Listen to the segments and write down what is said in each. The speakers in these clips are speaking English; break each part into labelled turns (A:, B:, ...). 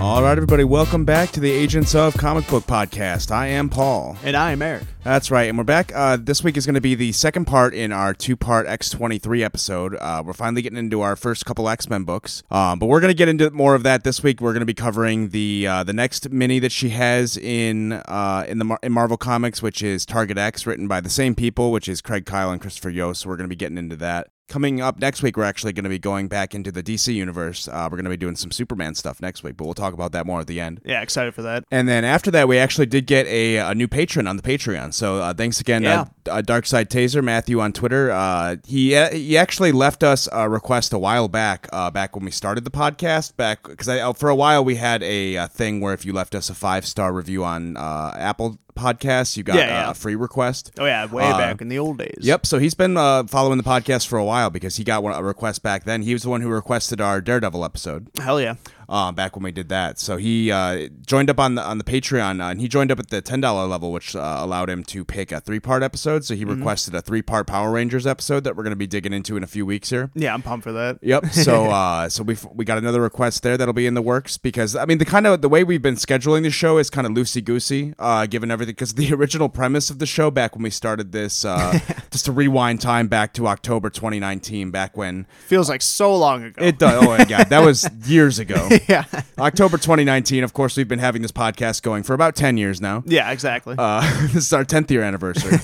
A: All right, everybody, welcome back to the Agents of Comic Book Podcast. I am Paul.
B: And I am Eric.
A: That's right, and we're back. Uh, this week is going to be the second part in our two-part X23 episode. Uh, we're finally getting into our first couple X-Men books, um, but we're going to get into more of that this week. We're going to be covering the uh, the next mini that she has in uh, in the Mar- in Marvel Comics, which is Target X, written by the same people, which is Craig Kyle and Christopher Yost. So we're going to be getting into that. Coming up next week, we're actually going to be going back into the DC universe. Uh, we're going to be doing some Superman stuff next week, but we'll talk about that more at the end.
B: Yeah, excited for that.
A: And then after that, we actually did get a, a new patron on the Patreon. So uh, thanks again,
B: Yeah.
A: uh, uh, Dark Side Taser Matthew on Twitter. Uh, he he actually left us a request a while back, uh, back when we started the podcast. Back because uh, for a while we had a, uh thing where if you left us a five star review on uh, Apple Podcasts, you got
B: Yeah, yeah.
A: Uh, a free request.
B: Oh yeah, way
A: Uh,
B: back in the old days.
A: Yep. So he's been uh, following the podcast for a while because he got one, a request back then. He was the one who requested our Daredevil episode
B: Hell yeah.
A: uh, back when we did that. So he uh, joined up on the on the Patreon, uh, and he joined up at the ten dollar level, which uh, allowed him to pick a three part episode. So he requested a three part Power Rangers episode that we're going to be digging into in a few weeks here.
B: Yeah, I'm pumped for that.
A: Yep. So uh, so we we got another request there that'll be in the works because I mean the kind of the way we've been scheduling the show is kind of loosey goosey, uh, given everything because the original premise of the show back when we started this, uh, just to rewind time back to October 2019, back when
B: Feels like so long ago.
A: it does. Oh my god, that was years ago.
B: yeah.
A: October 2019. Of course, we've been having this podcast going for about 10 years now.
B: Yeah, exactly.
A: Uh, this is our 10th year anniversary.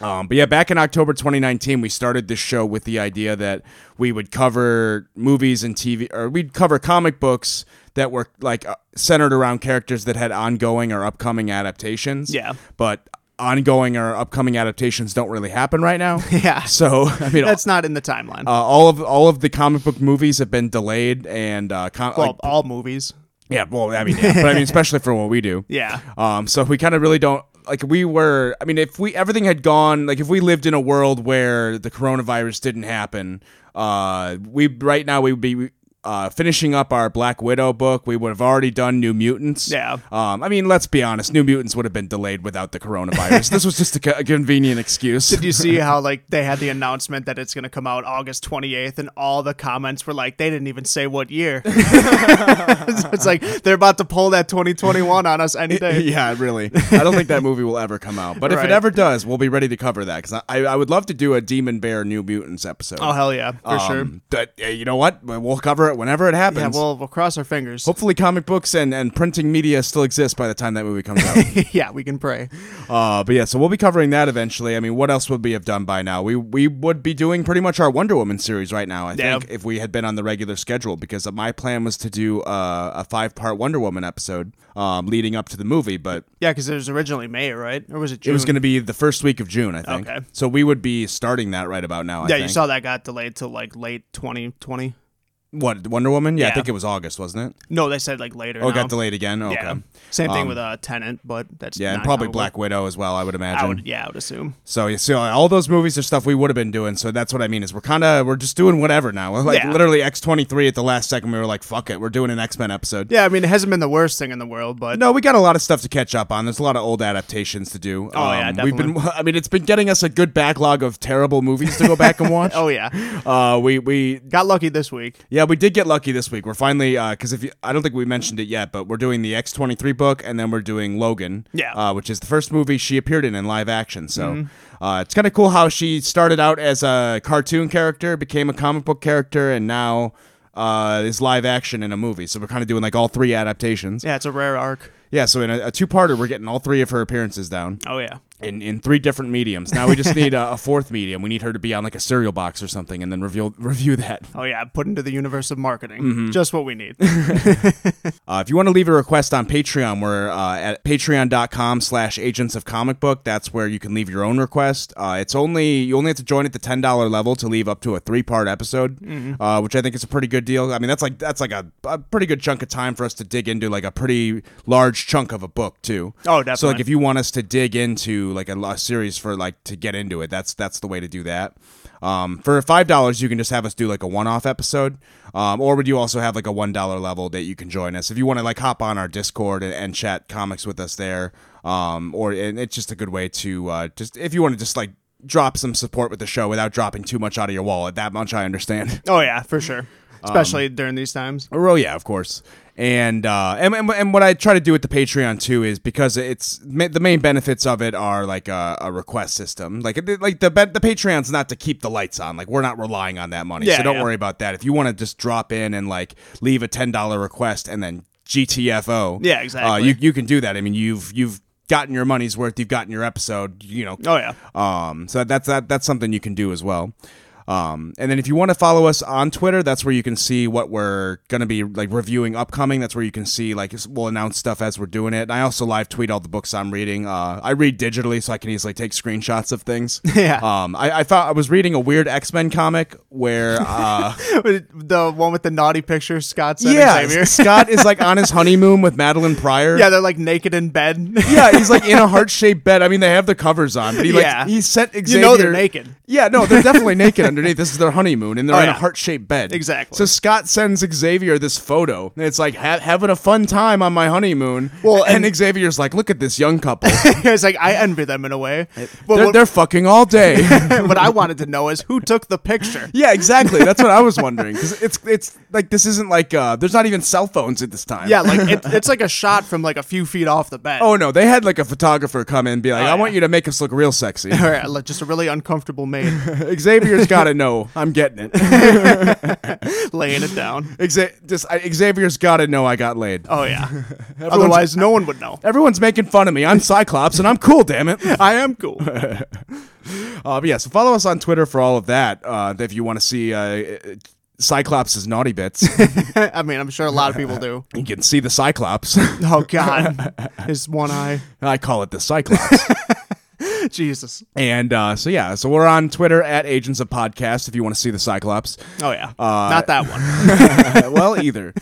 A: um, but yeah, back in October 2019, we started this show with the idea that we would cover movies and TV, or we'd cover comic books that were like uh, centered around characters that had ongoing or upcoming adaptations.
B: Yeah.
A: But ongoing or upcoming adaptations don't really happen right now.
B: Yeah.
A: So, I mean,
B: That's not in the timeline.
A: uh, all of all of the comic book movies have been delayed, and uh, com-
B: well,
A: like-
B: all movies.
A: yeah, well, I mean, yeah, but I mean, especially for what we do.
B: Yeah.
A: Um, so we kind of really don't like we were. I mean, if we everything had gone like if we lived in a world where the coronavirus didn't happen, uh, we right now we would be. Uh, finishing up our Black Widow book, we would have already done New Mutants.
B: Yeah.
A: Um, I mean, let's be honest, New Mutants would have been delayed without the coronavirus. this was just a, co- a convenient excuse.
B: Did you see how like they had the announcement that it's gonna come out August 28th, and all the comments were like they didn't even say what year. So it's like they're about to pull that 2021 on us any day.
A: yeah, really. I don't think that movie will ever come out. But if
B: Right.
A: it ever does, we'll be ready to cover that because I, I would love to do a Demon Bear New Mutants episode.
B: Oh hell yeah, for sure.
A: Um, But uh, you know what? We'll cover it whenever it happens.
B: Yeah, we'll we'll cross our fingers.
A: Hopefully, comic books and, and printing media still exist by the time that movie comes out.
B: yeah, we can pray.
A: uh, but yeah, so we'll be covering that eventually. I mean, what else would we have done by now? We we would be doing pretty much our Wonder Woman series right now. I
B: Yeah.
A: think if we had been on the regular schedule, because my plan was to do uh, a five part Wonder Woman episode um, leading up to the movie, but
B: Yeah, because it was originally May, right? Or was it
A: it
B: June?
A: was going to be the first week of June, I think.
B: Okay.
A: So we would be starting that right about now. I
B: Yeah,
A: think.
B: you saw that got delayed till like late 2020.
A: what Wonder Woman? Yeah, I
B: Yeah.
A: think it was August, wasn't it?
B: No, they said like later.
A: Oh, it
B: now.
A: got delayed again. Okay.
B: Yeah. Same thing
A: Um,
B: with uh, Tenant, but that's
A: Yeah, and
B: not
A: probably
B: comic
A: Black Widow as well, I would
B: book. I
A: imagine.
B: would, yeah, I would assume.
A: So you see, all those movies are stuff we would have been doing. So that's what I mean is we're kind of we're just doing whatever now. We're Like
B: Yeah.
A: literally X twenty three at the last second, we were like, "Fuck it, we're doing an X Men episode."
B: Yeah, I mean it hasn't been the worst thing in the world, but
A: No, we got a lot of stuff to catch up on. There's a lot of old adaptations to do. Um,
B: Oh, yeah,
A: we've been. I mean, it's been getting us a good backlog of terrible movies to go back and watch.
B: oh yeah,
A: Uh, we we
B: got lucky this week.
A: yeah we did get lucky this week. We're finally because if you, I don't think we mentioned it yet, but we're doing the X twenty three book and then we're doing Logan.
B: Yeah.
A: uh, which is the first movie she appeared in in live action. So uh, it's kind of cool how she started out as a cartoon character, became a comic book character, and now uh, is live action in a movie. So we're kind of doing like all three adaptations. Yeah.
B: Yeah, it's a rare arc.
A: so in a, a two parter, we're getting all three of her appearances down
B: Oh yeah,
A: in, in three different mediums. Now we just need a, a fourth medium. We need her to be on like a cereal box or something, and then reveal review that.
B: oh yeah, put into the universe of marketing,
A: Mm-hmm.
B: just what we need.
A: Uh, if you want to leave a request on Patreon, we're uh, at patreon.com slash agents of comic book. That's where you can leave your own request. Uh, it's only, you only have to join at the $10 level to leave up to a three part episode, uh, which I think is a pretty good deal. I mean, that's like, that's like a, a pretty good chunk of time for us to dig into like a pretty large chunk of a book too.
B: Oh, definitely.
A: So like if you want us to dig into like a, a series for like to get into it, that's that's the way to do that. Um, for five dollars, you can just have us do like a one-off episode, um, or would you also have like a one dollar level that you can join us if you want to like hop on our Discord and, and chat comics with us there. Um, or and it's just a good way to uh, just if you want to just like drop some support with the show without dropping too much out of your wallet. That much I understand.
B: oh yeah, for sure. especially during these times.
A: Oh yeah, of course. And, uh, and and and what I try to do with the Patreon too is because it's ma- the main benefits of it are like a, a request system. Like it- like the be- the Patreon's not to keep the lights on. Like we're not relying on that money,
B: Yeah,
A: so don't
B: yeah.
A: worry about that. If you want to just drop in and like leave a ten dollar request and then GTFO,
B: Yeah,
A: Uh,
B: exactly.
A: you you can do that. I mean, you've you've gotten your money's worth. You've gotten your episode. You know,
B: Oh yeah.
A: um, so that's that, that's something you can do as well. Um, and then if you want to follow us on Twitter, that's where you can see what we're gonna be like reviewing upcoming. That's where you can see like s- we'll announce stuff as we're doing it. And I also live tweet all the books I'm reading. Uh, I read digitally, so I can easily take screenshots of things.
B: Yeah.
A: Um, I, I thought I was reading a weird X Men comic where uh,
B: the one with the naughty picture, Scott said.
A: yeah,
B: and Xavier.
A: Scott is like on his honeymoon with Madeline Pryor.
B: yeah, they're like naked in bed.
A: Yeah, he's like in a heart shaped bed. I mean, they have the covers on, but he like
B: Yeah.
A: he sent Xavier.
B: you know they're naked.
A: Yeah, no, they're definitely naked underneath. This is their honeymoon, and they're
B: Oh,
A: in a
B: yeah.
A: heart shaped bed.
B: Exactly.
A: So Scott sends Xavier this photo, and it's like ha- having a fun time on my honeymoon. Well, and, Xavier's like, "Look at this young couple.
B: it's like I envy them in a way. But
A: They're,
B: what,
A: they're fucking all day."
B: what I wanted to know is who took the picture.
A: yeah, exactly. That's what I was wondering. 'Cause it's it's like this isn't like uh, there's not even cell phones at this time.
B: Yeah, like it, it's like a shot from like a few feet off the bed.
A: Oh no, they had like a photographer come in and be like, "I
B: Oh, yeah.
A: want you to make us look real sexy."
B: All right, like, just a really uncomfortable maid
A: Xavier's got to know. I'm getting it.
B: laying it down.
A: Exa- just, I, Xavier's got to know I got laid.
B: Oh yeah. Otherwise, no one would know.
A: Everyone's making fun of me. I'm Cyclops, and I'm cool. Damn it.
B: I am cool.
A: Uh, but yeah, so follow us on Twitter for all of that. Uh, if you want to see uh, Cyclops' naughty bits,
B: I mean, I'm sure a lot of people do.
A: you can see the Cyclops.
B: Oh God, his one eye.
A: I call it the Cyclops.
B: Jesus.
A: and uh, so yeah, so we're on Twitter at Agents of Podcast. If you want to see the Cyclops,
B: Oh yeah.
A: Uh,
B: Not that one.
A: well, either.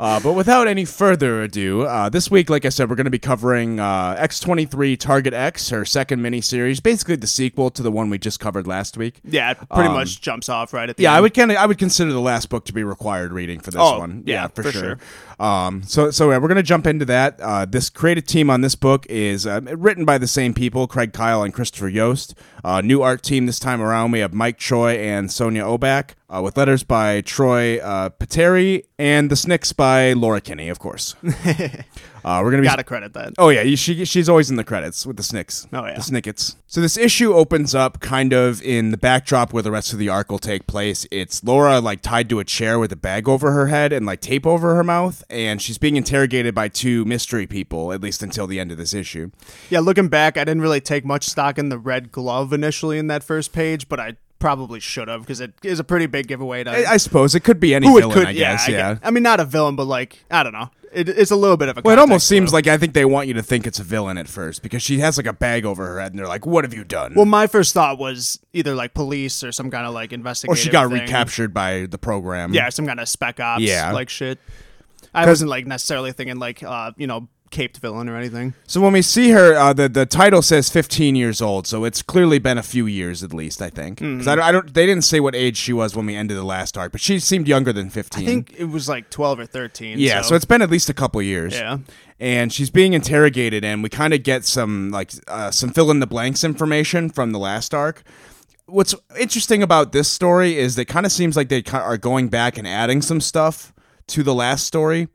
A: Uh, but without any further ado, uh, this week, like I said, we're going to be covering uh, X23 Target X, her second miniseries, basically the sequel to the one we just covered last week.
B: Yeah, it pretty
A: Um,
B: much jumps off right at the
A: Yeah,
B: end.
A: I would kind of I would consider the last book to be required reading for this
B: Oh,
A: one.
B: yeah, for sure.
A: Um, so so yeah, we're gonna jump into that. Uh, this creative team on this book is uh, written by the same people, Craig Kyle and Christopher Yost. Uh, new art team this time around. We have Mike Troy and Sonia Obak uh, with letters by Troy uh, Pateri and the snicks by Laura Kinney, of course. uh, we're gonna be
B: Gotta credit that.
A: Oh yeah, you- she she's always in the credits with the Snicks.
B: Oh, yeah.
A: the Snickets. So this issue opens up kind of in the backdrop where the rest of the arc will take place. It's Laura like tied to a chair with a bag over her head and like tape over her mouth, and she's being interrogated by two mystery people at least until the end of this issue.
B: Yeah, looking back, I didn't really take much stock in the red glove initially in that first page, but I probably should have because it is a pretty big giveaway to
A: I, I suppose it could be any
B: who
A: villain.
B: it could.
A: I guess. Yeah.
B: I, gue- I mean, not a villain, but like I don't know. It, it's a little bit of a.
A: Well, it almost seems like I think they want you to think it's a villain at first because she has like a bag over her head, and they're like, "What have you done?"
B: Well, my first thought was either like police or some kind of like investigation.
A: or she got recaptured by the program.
B: Yeah, some kind of spec ops.
A: Yeah.
B: like shit. I wasn't like necessarily thinking like uh you know caped villain or anything.
A: So when we see her, uh, the the title says 15 years old, so it's clearly been a few years at least. I think 'Cause
B: Mm-hmm.
A: I, don't- I don't. They didn't say what age she was when we ended the last arc, but she seemed younger than 15.
B: I think it was like twelve or thirteen.
A: yeah, so,
B: so
A: it's been at least a couple years.
B: Yeah.
A: and she's being interrogated, and we kind of get some like uh, some fill in the blanks information from the last arc. What's interesting about this story is that kind of seems like they ki- are going back and adding some stuff to the last story.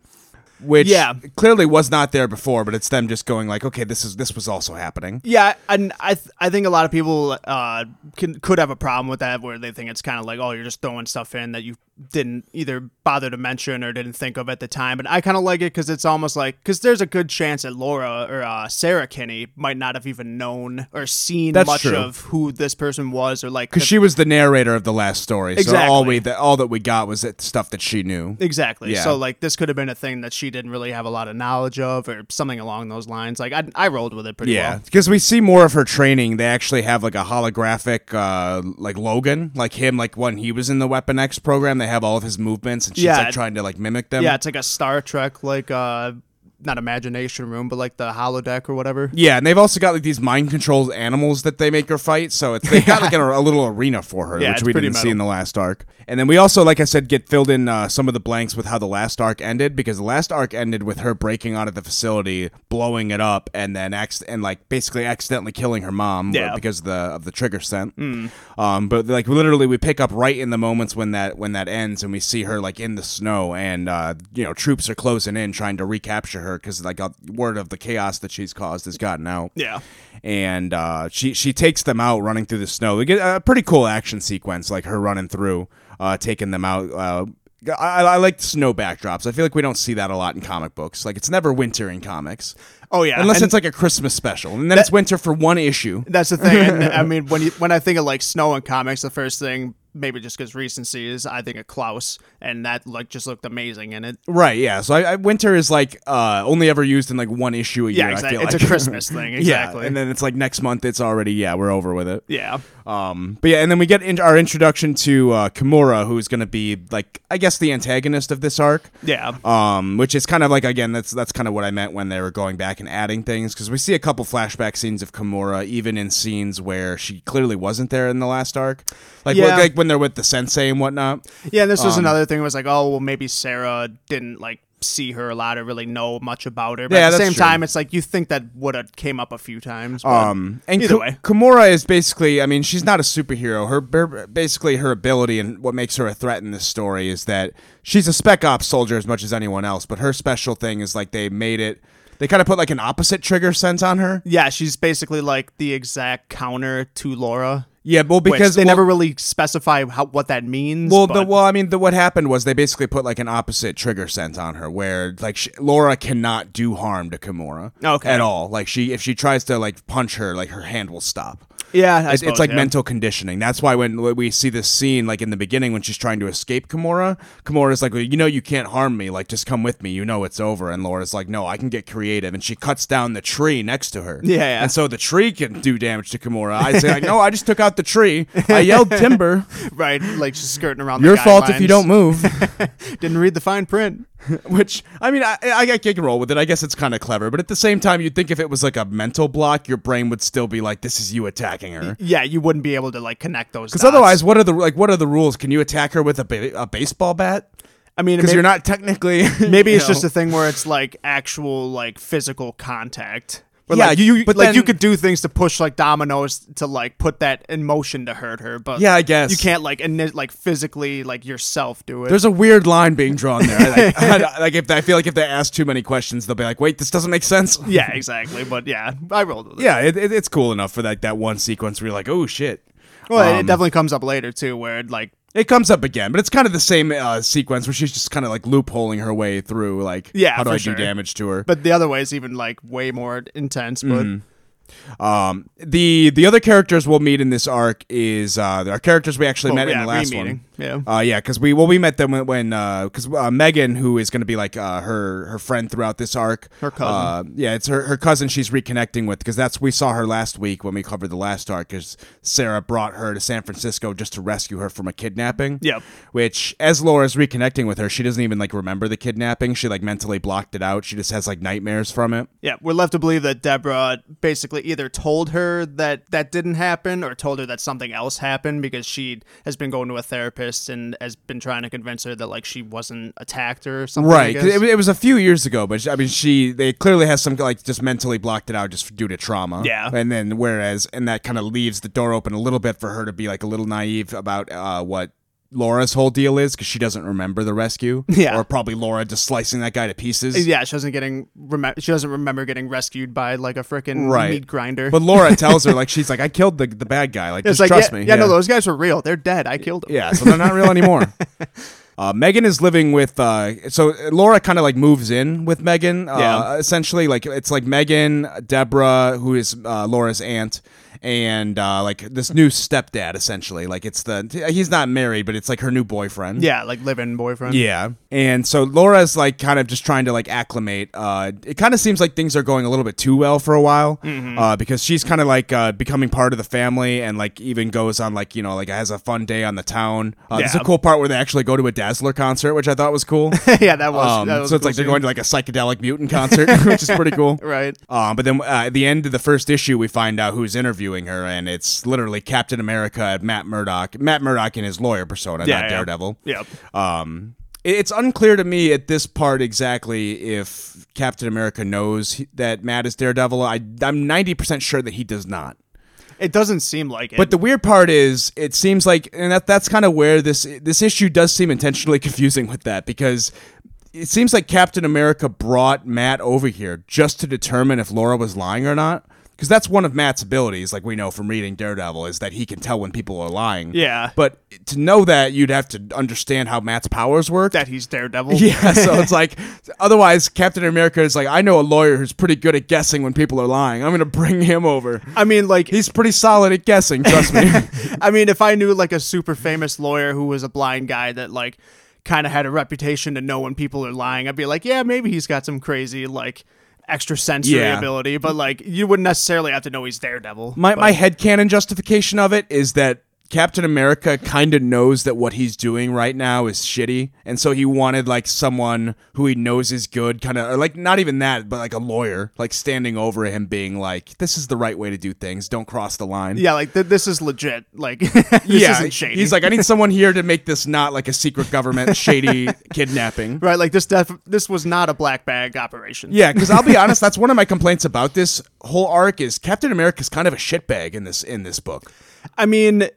A: Which
B: Yeah.
A: clearly was not there before, but it's them just going like, okay, this is this was also happening.
B: Yeah, and I th- I think a lot of people uh can could have a problem with that where they think it's kind of like oh you're just throwing stuff in that you didn't either bother to mention or didn't think of at the time. And I kind of like it because it's almost like because there's a good chance that Laura or uh, Sarah Kinney might not have even known or seen
A: That's
B: much
A: true.
B: of who this person was or like
A: because she was the narrator of the last story. So all
B: Exactly.
A: we that all that we got was that stuff that she knew.
B: Exactly.
A: Yeah.
B: So like this could have been a thing that she didn't really have a lot of knowledge of or something along those lines. Like I, I rolled with it pretty
A: Yeah,
B: well.
A: because we see more of her training. They actually have like a holographic, uh, like Logan, like him, like when he was in the Weapon X program. They have all of his movements, and she's
B: Yeah.
A: like trying to like mimic them.
B: Yeah, it's like a Star Trek like uh not imagination room, but like the holodeck or whatever.
A: Yeah, and they've also got like these mind controlled animals that they make her fight. So it's they've got like a, a little arena for her,
B: Yeah,
A: which
B: it's
A: we
B: pretty
A: didn't see
B: metal.
A: in the last arc. And then we also, like I said, get filled in uh, some of the blanks with how the last arc ended because the last arc ended with her breaking out of the facility, blowing it up, and then acc- and like basically accidentally killing her mom
B: Yeah.
A: because of the of the trigger scent.
B: Hmm.
A: Um, but like literally, we pick up right in the moments when that when that ends, and we see her like in the snow, and uh, you know troops are closing in trying to recapture her because like a word of the chaos that she's caused has gotten out
B: Yeah.
A: and uh, she she takes them out running through the snow. We get a pretty cool action sequence, like her running through, uh, taking them out. Uh, I, I like snow backdrops. I feel like we don't see that a lot in comic books. Like it's never winter in comics,
B: Oh yeah.
A: unless
B: And
A: it's like a Christmas special, and then it's winter for one issue.
B: that's the thing. And, I mean, when you, when I think of like snow and comics, the first thing maybe just because recency is I think of Klaus, and that like just looked amazing in it.
A: Right? Yeah. So I, I, winter is like uh, only ever used in like one issue a
B: Yeah,
A: year.
B: exactly.
A: I feel
B: It's
A: like.
B: a Christmas thing. Exactly.
A: Yeah, and then it's like next month. It's already yeah, we're over with it.
B: yeah.
A: Um, but yeah, and then we get into our introduction to uh, Kimura, who's going to be like, I guess, the antagonist of this arc.
B: Yeah.
A: Um, which is kind of like again, that's that's kind of what I meant when they were going back and adding things because we see a couple flashback scenes of Kimura, even in scenes where she clearly wasn't there in the last arc, like
B: Yeah.
A: like when they're with the sensei and whatnot.
B: Yeah, and this
A: Um,
B: was another thing. Was like, oh, well, maybe Sarah didn't like see her a lot or really know much about her. But
A: Yeah,
B: at the
A: that's
B: same
A: true.
B: time, it's like you think that would have came up a few times. But
A: Um, and
B: either
A: Ki-
B: way,
A: Kimura is basically, I mean, she's not a superhero. Her, her basically her ability and what makes her a threat in this story is that she's a spec ops soldier as much as anyone else. But her special thing is like they made it. They kind of put like an opposite trigger sense on her.
B: yeah, she's basically like the exact counter to Laura.
A: Yeah, well,
B: Which
A: because
B: they
A: well,
B: never really specify how, what that means.
A: Well, the,
B: but-
A: well, I mean, the, what happened was they basically put like an opposite trigger sense on her, where like she, Laura cannot do harm to Kimura
B: Okay.
A: at all. Like she, if she tries to like punch her, like her hand will stop.
B: yeah, I
A: It's-
B: suppose,
A: it's like
B: yeah.
A: mental conditioning. That's why when when we see this scene, like in the beginning when she's trying to escape Kimura, Kimura's like, well, "You know, you can't harm me. Like, just come with me. You know, it's over." And Laura's like, "No, I can get creative." And she cuts down the tree next to her.
B: Yeah, yeah.
A: And so the tree can do damage to Kimura. I say, like, "No, I just took out the tree. I yelled timber.
B: right, like she's skirting around.
A: Your
B: the
A: fault if you
B: guidelines.
A: don't move."
B: Didn't read the fine print.
A: Which I mean, I, I I can roll with it. I guess it's kind of clever, but at the same time, you'd think if it was like a mental block, your brain would still be like, "This is you attacking her."
B: Yeah, you wouldn't be able to like connect those.
A: Because otherwise, what are the like? What are the rules? Can you attack her with a, ba- a baseball bat?
B: I mean,
A: Because
B: maybe,
A: you're not technically.
B: maybe
A: you
B: it's
A: know.
B: just a thing where it's like actual like physical contact. Where,
A: Yeah,
B: like,
A: you- you-
B: but
A: but
B: like you
A: then-
B: could do things to push like dominoes to like put that in motion to hurt her, but
A: Yeah, I guess.
B: you can't like ini- like physically like yourself do it.
A: There's a weird line being drawn there. Like, I, like if I feel like if they ask too many questions, they'll be like, "Wait, this doesn't make sense."
B: yeah, exactly. But yeah, I rolled with it.
A: Yeah, it, it, it's cool enough for like that one sequence where you're like, "Oh shit."
B: well, it-
A: Um,
B: it definitely comes up later too, where it, like
A: It comes up again, but it's kind of the same uh, sequence where she's just kind of like loopholing her way through, like,
B: Yeah,
A: how do
B: for
A: I
B: sure.
A: do damage to her?
B: but the other way is even like way more intense. But
A: Mm-hmm. Um, the the other characters we'll meet in this arc is uh, our characters we actually
B: Well,
A: met in
B: yeah,
A: the last one.
B: re-meeting, yeah.
A: uh, yeah, because we well we met them when, when uh, because uh, Megan, who is going to be like uh, her her friend throughout this arc,
B: Her cousin.
A: Uh, yeah, it's her her cousin she's reconnecting with because that's we saw her last week when we covered the last arc. Because Sarah brought her to San Francisco just to rescue her from a kidnapping.
B: Yep.
A: Which as Laura's reconnecting with her, she doesn't even like remember the kidnapping. She like mentally blocked it out. She just has like nightmares from it.
B: yeah, we're left to believe that Deborah basically either told her that that didn't happen or told her that something else happened because she has been going to a therapist and has been trying to convince her that like she wasn't attacked or something. I
A: Right, 'cause
B: guess.
A: it, it was a few years ago, but I mean, she they clearly has some like just mentally blocked it out just due to trauma.
B: Yeah.
A: and then whereas and that kind of leaves the door open a little bit for her to be like a little naive about uh, what Laura's whole deal is because she doesn't remember the rescue.
B: Yeah.
A: or probably Laura just slicing that guy to pieces.
B: yeah, she doesn't getting remem- she doesn't remember getting rescued by like a freaking
A: Right.
B: meat grinder.
A: But Laura tells her like she's like I killed the the bad guy. Like
B: it's
A: just
B: like
A: trust
B: yeah,
A: me.
B: yeah, no, those guys were real. They're dead. I killed them.
A: Yeah, so they're not real anymore. Uh, Megan is living with uh, so Laura kind of like moves in with Megan. Uh,
B: Yeah.
A: Essentially, like it's like Megan, Deborah, who is uh, Laura's aunt, and uh, like this new stepdad essentially. Like it's the he's not married, but it's like her new boyfriend.
B: Yeah, like live-in boyfriend.
A: Yeah. And so Laura's like kind of just trying to like acclimate. Uh, it kind of seems like things are going a little bit too well for a while
B: Mm-hmm.
A: uh, because she's kind of like uh, becoming part of the family and like even goes on like, you know, like has a fun day on the town. Uh, There's a
B: Yeah.
A: cool part where they actually go to a Dazzler concert, which I thought was cool.
B: yeah, that was.
A: Um,
B: that was
A: so it's
B: cool
A: like they're
B: scene.
A: going to like a psychedelic mutant concert, which is pretty cool.
B: right.
A: Um, but then uh, at the end of the first issue, we find out who's interviewing her, and it's literally Captain America, Matt Murdock, Matt Murdock in his lawyer persona,
B: Yeah,
A: not
B: yeah.
A: Daredevil.
B: Yep.
A: Um, it- it's unclear to me at this part exactly if Captain America knows he- that Matt is Daredevil. I, I'm 90% sure that he does not.
B: It doesn't seem like it.
A: But the weird part is, it seems like, and that that's kind of where this this issue does seem intentionally confusing with that because it seems like Captain America brought Matt over here just to determine if Laura was lying or not. Because that's one of Matt's abilities, like we know from reading Daredevil, is that he can tell when people are lying.
B: Yeah.
A: But to know that, you'd have to understand how Matt's powers work.
B: that he's Daredevil.
A: Yeah, so it's like otherwise Captain America is like, I know a lawyer who's pretty good at guessing when people are lying. I'm gonna bring him over.
B: I mean, like
A: He's pretty solid at guessing, trust me.
B: I mean, if I knew like a super famous lawyer who was a blind guy that like kind of had a reputation to know when people are lying, I'd be like, yeah, maybe he's got some crazy like extra sensory
A: Yeah.
B: ability, but like you wouldn't necessarily have to know he's Daredevil.
A: my
B: But-
A: my headcanon justification of it is that Captain America kind of knows that what he's doing right now is shitty, and so he wanted like someone who he knows is good, kind of or like not even that, but like a lawyer, like standing over him, being like, "This is the right way to do things. Don't cross the line."
B: yeah, like th- this is legit. Like this isn't shady.
A: He's like, I need someone here to make this not like a secret government shady kidnapping.
B: right, like this def- this was not a black bag operation.
A: Yeah, because I'll be honest, that's one of my complaints about this whole arc is Captain America's kind of a shitbag in this in this book.
B: I mean,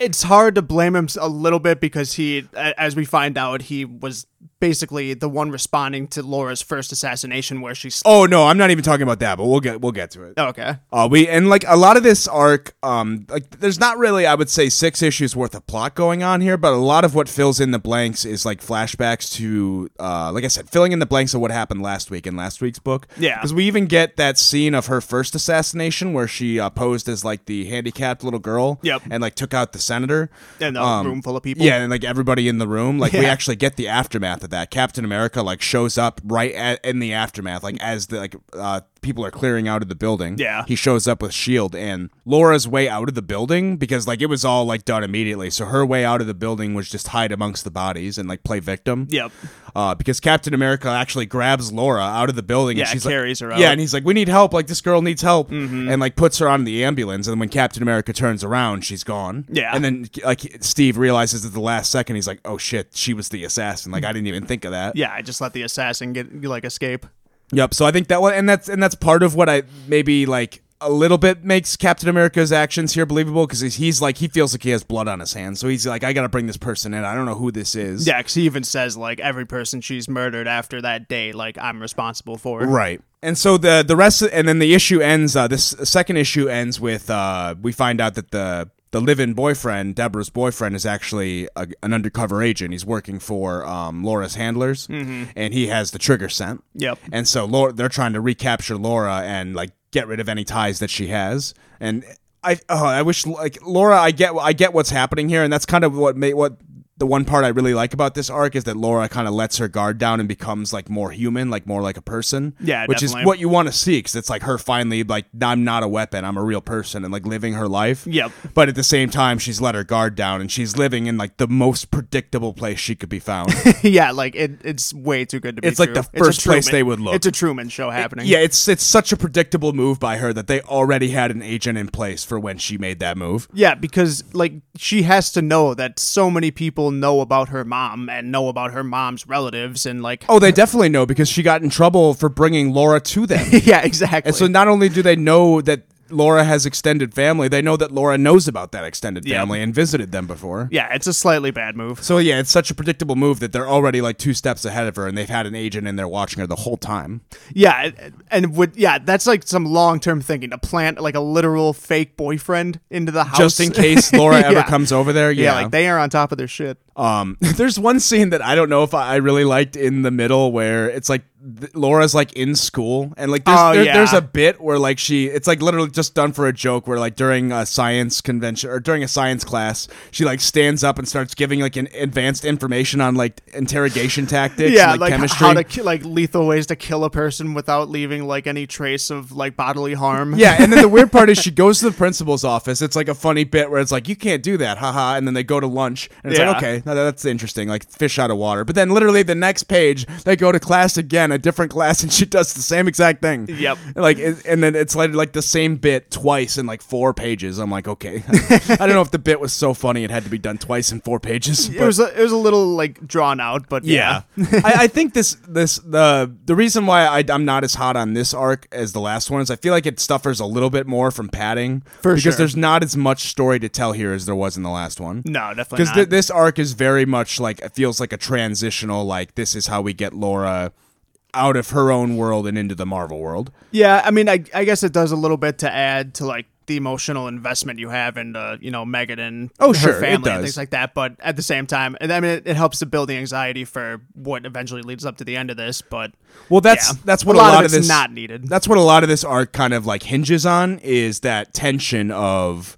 B: it's hard to blame him a little bit because he, a- as we find out, he was basically the one responding to Laura's first assassination, where she. oh,
A: Oh no, I'm not even talking about that, but we'll get we'll get to it.
B: okay.
A: Uh, we and like a lot of this arc, um, like there's not really, I would say, six issues worth of plot going on here, but a lot of what fills in the blanks is like flashbacks to, uh, like I said, filling in the blanks of what happened last week in last week's book.
B: Yeah.
A: because we even get that scene of her first assassination where she uh, posed as like the handicapped little girl.
B: Yep.
A: and like took out the senator.
B: And a room full of people.
A: Um, Yeah, and like everybody in the room, like we
B: Yeah.
A: actually get the aftermath of that. Captain America like shows up right at, in the aftermath, like as the like uh, people are clearing out of the building.
B: Yeah.
A: he shows up with Shield E and Laura's way out of the building because like it was all like done immediately. So her way out of the building was just hide amongst the bodies and like play victim.
B: Yep.
A: Uh, because Captain America actually grabs Laura out of the building.
B: Yeah,
A: and she's
B: carries
A: like,
B: her out. Mm-hmm.
A: Yeah, and he's like, "We need help. Like this girl needs help," and like puts her on the ambulance. And when Captain America turns around, she's gone.
B: Yeah.
A: and then like Steve realizes at the last second, he's like, "Oh shit, she was the assassin." Like I didn't even think of that.
B: Yeah, I just let the assassin get like escape.
A: Yep. So I think that one, and that's and that's part of what I maybe like a little bit makes Captain America's actions here believable because he's, he's like he feels like he has blood on his hands, so he's like, "I gotta bring this person in. I don't know who this is."
B: Yeah, 'cause he even says like every person she's murdered after that day, like I'm responsible for.
A: Right. And so the the rest and then the issue ends uh, this second issue ends with uh, we find out that the the live-in boyfriend, Deborah's boyfriend, is actually a, an undercover agent. He's working for um, Laura's handlers, and he has the trigger scent.
B: Yep.
A: And so Laura, they're trying to recapture Laura and like get rid of any ties that she has. And I, oh, I wish like Laura, I get, I get what's happening here, and that's kind of what made what the one part I really like about this arc is that Laura kind of lets her guard down and becomes like more human, like more like a person.
B: Yeah,
A: which is
B: definitely.
A: what you want to see because it's like her finally like I'm not a weapon, I'm a real person, and like living her life.
B: Yep.
A: But at the same time, she's let her guard down and she's living in like the most predictable place she could be found.
B: yeah, like it, it's way too good to be
A: It's like
B: true.
A: the
B: a
A: first place
B: Truman-
A: they would look.
B: It's a Truman show happening.
A: Yeah, it's it's such a predictable move by her that they already had an agent in place for when she made that move.
B: Yeah, because like she has to know that so many people know about her mom and know about her mom's relatives and like
A: Oh, they definitely know because she got in trouble for bringing Laura to them.
B: yeah, exactly.
A: and so not only do they know that Laura has extended family, they know that Laura knows about that extended
B: Yeah.
A: family and visited them before.
B: yeah, it's a slightly bad move.
A: So yeah, it's such a predictable move that they're already like two steps ahead of her and they've had an agent in there watching her the whole time.
B: Yeah, it- and would yeah, that's like some long term thinking to plant like a literal fake boyfriend into the house
A: Just in case Laura ever
B: Yeah.
A: comes over there.
B: Yeah,
A: Yeah.
B: like they are on top of their shit.
A: Um, there's one scene that I don't know if I I really liked in the middle where it's like th- Laura's like in school and like there's,
B: Oh,
A: there-
B: yeah.
A: there's a bit where like she it's like literally just done for a joke where like during a science convention or during a science class she like stands up and starts giving like an advanced information on like interrogation tactics
B: yeah,
A: and,
B: like
A: like,
B: h-
A: chemistry
B: how to ki- like lethal ways to kill a person without leaving like any trace of like bodily harm.
A: Yeah, and then the weird part is she goes to the principal's office. It's like a funny bit where it's like, you can't do that, haha. And then they go to lunch, and it's
B: Yeah.
A: like, okay, now that's interesting, like fish out of water. But then literally the next page, they go to class again, a different class, and she does the same exact thing.
B: Yep.
A: Like, it- and then it's like, like the same bit twice in like four pages. I'm like, okay. I don't know if the bit was so funny it had to be done twice in four pages.
B: it
A: but-
B: was a, it was a little like drawn out, but yeah,
A: I, I think this this the the reason why I, I'm not as hot on this arc as the last one is I feel like it suffers a little bit more from padding
B: For
A: because
B: sure.
A: there's not as much story to tell here as there was in the last one.
B: no, definitely
A: Because
B: not.
A: th- this arc is very much like it feels like a transitional like this is how we get Laura out of her own world and into the Marvel world.
B: Yeah, I mean, I, I guess it does a little bit to add to like the emotional investment you have in uh, you know Megan and
A: Oh,
B: her
A: sure, it
B: family and
A: does.
B: things like that. But at the same time, and I mean, it, it helps to build the anxiety for what eventually leads up to the end of this. But
A: Well, that's
B: yeah.
A: that's what
B: a lot, of,
A: of
B: it's
A: this
B: not needed.
A: That's what a lot of this arc kind of like hinges on is that tension of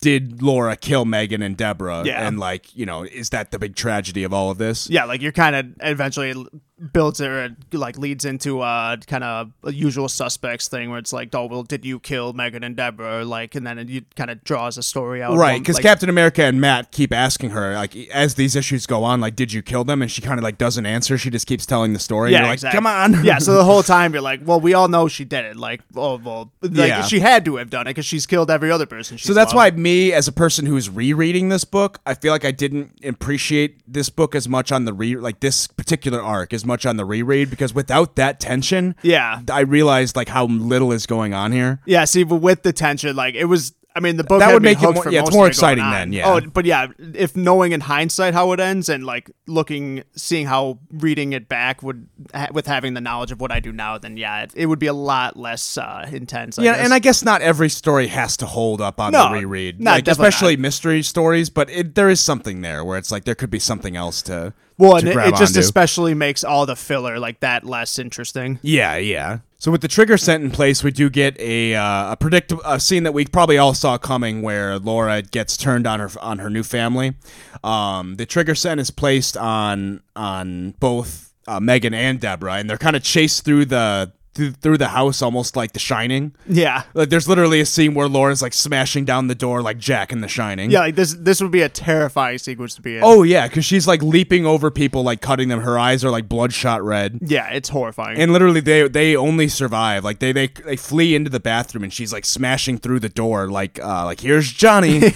A: did Laura kill Megan and Deborah?
B: Yeah.
A: And like, you know, is that the big tragedy of all of this?
B: Yeah, like you're kind of eventually l- builds it or like leads into uh kind of usual suspects thing where it's like, oh well, did you kill Megan and Deborah? Or, like, and then it, you kind of draws a story out.
A: Right,
B: one-
A: because
B: like,
A: Captain America and Matt keep asking her, like, as these issues go on, like, did you kill them? And she kind of like doesn't answer. She just keeps telling the story. and you're like,
B: exact-
A: come on.
B: yeah, so the whole time you're like, well, we all know she did it. Like, oh, well, like,
A: Yeah.
B: she had to have done it because she's killed every other person. She's
A: So that's
B: loved.
A: why me, as a person who's rereading this book, I feel like I didn't appreciate this book as much on the re like this particular arc as much on the reread because without that tension,
B: Yeah.
A: I realized like how little is going on here.
B: Yeah, see, but with the tension, like, it was. I mean, the book
A: That
B: had
A: would
B: me
A: make it
B: hooked
A: more-
B: for
A: yeah, it's
B: most
A: more
B: of it going
A: exciting
B: on.
A: then, yeah.
B: Oh, but yeah, if knowing in hindsight how it ends and like looking, seeing how reading it back would, ha- with having the knowledge of what I do now, then yeah, it, it would be a lot less uh, intense. I
A: Yeah,
B: guess.
A: and I guess not every story has to hold up on
B: No,
A: the reread,
B: no,
A: like,
B: definitely
A: especially mystery stories. But it, there is something there where it's like there could be something else to
B: well,
A: to
B: and it,
A: grab
B: it just
A: onto.
B: especially makes all the filler like that less interesting.
A: yeah, yeah. So with the trigger set in place, we do get a uh, a predict a scene that we probably all saw coming, where Laura gets turned on her on her new family. Um, the trigger set is placed on on both uh, Megan and Deborah, and they're kind of chased through the through, through the house, almost like The Shining.
B: Yeah.
A: Like there's literally a scene where Laura's like smashing down the door like Jack in The Shining.
B: Yeah, like this this would be a terrifying sequence to be in.
A: Oh yeah, because she's like leaping over people, like cutting them. Her eyes are like bloodshot red,
B: yeah, it's horrifying.
A: and literally they they only survive. Like they they they flee into the bathroom, and she's like smashing through the door, like uh, like here's Johnny.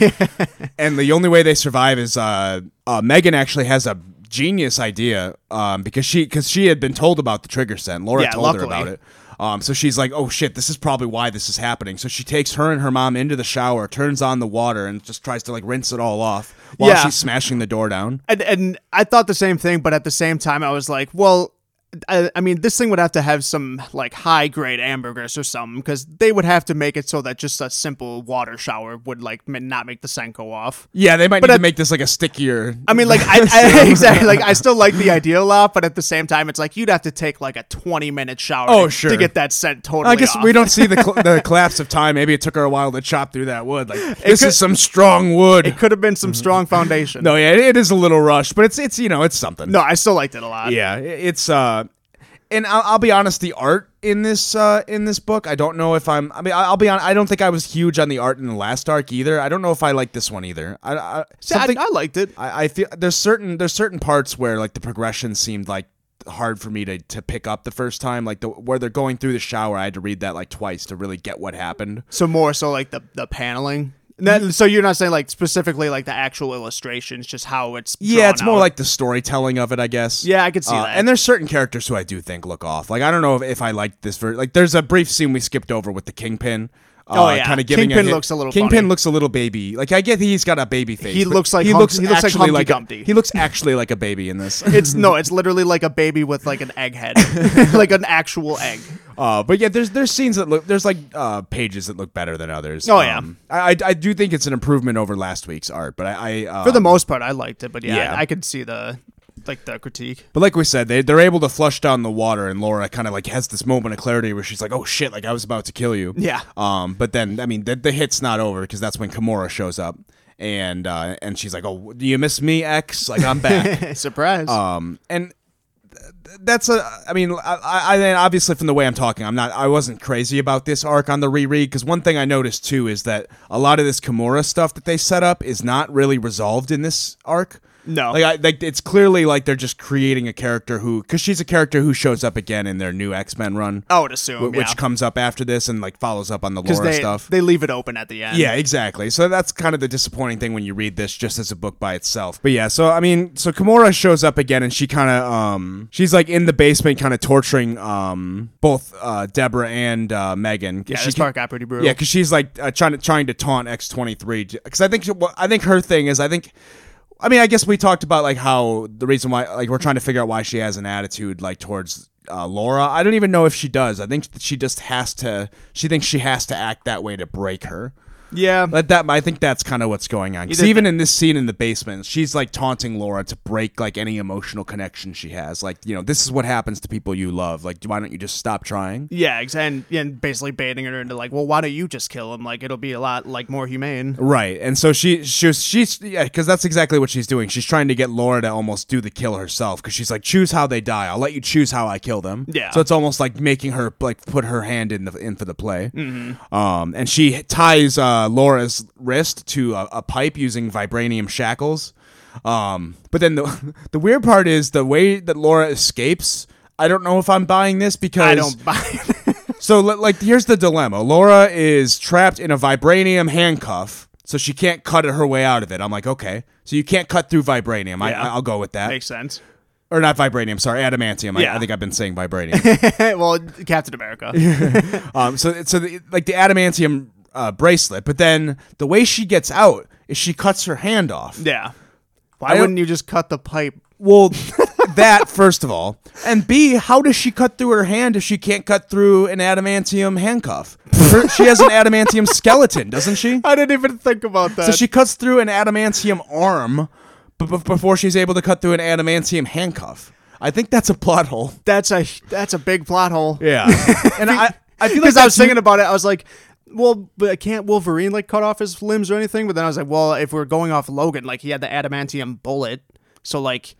A: and the only way they survive is uh, uh Megan actually has a genius idea um because she because she had been told about the trigger scent. Laura
B: Yeah,
A: told her
B: luckily.
A: about it. Um, so she's like, "Oh shit, this is probably why this is happening." So she takes her and her mom into the shower, turns on the water, and just tries to like rinse it all off while
B: Yeah.
A: she's smashing the door down.
B: and and I thought the same thing, but at the same time, I was like, well, I, I mean, this thing would have to have some like high grade ambergris or something because they would have to make it so that just a simple water shower would like m- not make the scent go off.
A: Yeah, they might
B: But
A: need
B: I-
A: to make this like a stickier.
B: I mean, like, I, I exactly like I still like the idea a lot, but at the same time, it's like you'd have to take like a twenty minute shower.
A: Oh,
B: to,
A: sure.
B: to get that scent totally.
A: I guess
B: off.
A: we don't see the cl- the collapse of time. Maybe it took her a while to chop through that wood. Like this
B: could-
A: is some strong wood.
B: It could have been some strong foundation.
A: Mm-hmm. no, yeah, it, it is a little rushed, but it's it's you know it's something.
B: no, I still liked it a lot.
A: yeah, i- it's uh, and I'll, I'll be honest, the art in this uh in this book, I don't know if I'm. I mean, I- I'll be honest, I don't think I was huge on the art in the last arc either. I don't know if I like this one either. I, I
B: See, I-
A: something
B: I liked it.
A: I, I feel there's certain there's certain parts where like the progression seemed like hard for me to, to pick up the first time like the where they're going through the shower i had to read that like twice to really get what happened
B: So more so like the the paneling. That, so you're not saying like specifically like the actual illustrations, just how it's
A: yeah
B: drawn
A: it's more
B: out.
A: like the storytelling of it i guess
B: Yeah, I could see
A: Uh,
B: that.
A: and there's certain characters who i do think look off like i don't know if, if i liked this ver- like there's a brief scene we skipped over with the kingpin
B: Oh,
A: uh,
B: yeah.
A: kind of giving
B: Kingpin
A: hit-
B: looks a little
A: Kingpin
B: funny.
A: looks a little baby. Like I get he's got a baby face.
B: He
A: but
B: looks like
A: he
B: Hump-
A: looks
B: he looks like
A: actually
B: Humpty
A: a-
B: Dumpty.
A: he looks actually like a baby in this.
B: it's no, it's literally like a baby with like an egg head, like an actual egg.
A: Uh, but yeah, there's there's scenes that look there's like uh, pages that look better than others.
B: Oh, yeah.
A: Um, I, I I do think it's an improvement over last week's art, but I, I uh,
B: For the most part, I liked it, but yeah,
A: Yeah.
B: I, I could see the like the critique.
A: But like we said, they they're able to flush down the water, and Laura kind of like has this moment of clarity where she's like, "Oh shit! Like I was about to kill you."
B: Yeah.
A: Um. But then I mean, the, the hit's not over because that's when Kimura shows up, and uh, and she's like, "Oh, do you miss me, X? Like I'm back."
B: Surprise.
A: um. And th- that's a. I mean, I, I, I mean, obviously from the way I'm talking, I'm not. I wasn't crazy about this arc on the reread because one thing I noticed too is that a lot of this Kimura stuff that they set up is not really resolved in this arc.
B: No.
A: Like, I, like it's clearly like they're just creating a character who, because she's a character who shows up again in their new X Men run,
B: I would assume,
A: wh- which
B: Oh, yeah.
A: comes up after this and like follows up on the Laura
B: they,
A: stuff.
B: they leave it open at the end.
A: yeah, exactly. So that's kind of the disappointing thing when you read this just as a book by itself. But yeah, so I mean, so Kimura shows up again and she kind of um she's like in the basement kind of torturing um both uh Deborah and uh Megan.
B: Yeah,
A: she
B: this part got pretty brutal.
A: yeah, because she's like uh, trying to trying to taunt X twenty three. Because I think she- well, I think her thing is I think, I mean I guess we talked about like how the reason why like we're trying to figure out why she has an attitude like towards uh, Laura. I don't even know if she does. I think that she just has to. She thinks she has to act that way to break her.
B: yeah.
A: But that I think that's kind of what's going on. 'Cause
B: Either
A: even in this scene in the basement, she's like taunting Laura to break like any emotional connection she has. Like you know this is what happens to people you love. Like why don't you just stop trying?
B: Yeah, ex- and and basically baiting her into like, well, why don't you just kill him? Like, it'll be a lot like more humane.
A: Right, and so she she's she's yeah, because that's exactly what she's doing. She's trying to get Laura to almost do the kill herself because she's like, choose how they die. I'll let you choose how I kill them.
B: Yeah.
A: So it's almost like making her like put her hand in the in for the play. Mm-hmm. Um, and she ties uh, Laura's wrist to a, a pipe using vibranium shackles. Um, but then the the weird part is the way that Laura escapes. I don't know if I'm buying this because
B: I don't buy it.
A: so, li- like, here's the dilemma: Laura is trapped in a vibranium handcuff, so she can't cut her way out of it. I'm like, okay, so you can't cut through vibranium. I,
B: Yeah.
A: I'll go with that,
B: Makes sense.
A: or not vibranium. Sorry, adamantium. I,
B: Yeah.
A: I think I've been saying vibranium.
B: well, Captain America.
A: um, so, so the, like the adamantium uh, bracelet, but then the way she gets out is she cuts her hand off.
B: yeah.
A: I
B: Why
A: don't-
B: wouldn't you just cut the pipe?
A: Well, that first of all, and B, how does she cut through her hand if she can't cut through an adamantium handcuff? Her- she has an adamantium skeleton, doesn't she?
B: I didn't even think about that.
A: So she cuts through an adamantium arm b- b- before she's able to cut through an adamantium handcuff. I think that's a plot hole.
B: that's a that's a big plot hole.
A: Yeah. and I, I feel like
B: Because I
A: that's
B: was thinking about it, I was like, well, but can't Wolverine like cut off his limbs or anything? But then I was like, well, if we're going off Logan, like he had the adamantium bullet, so like.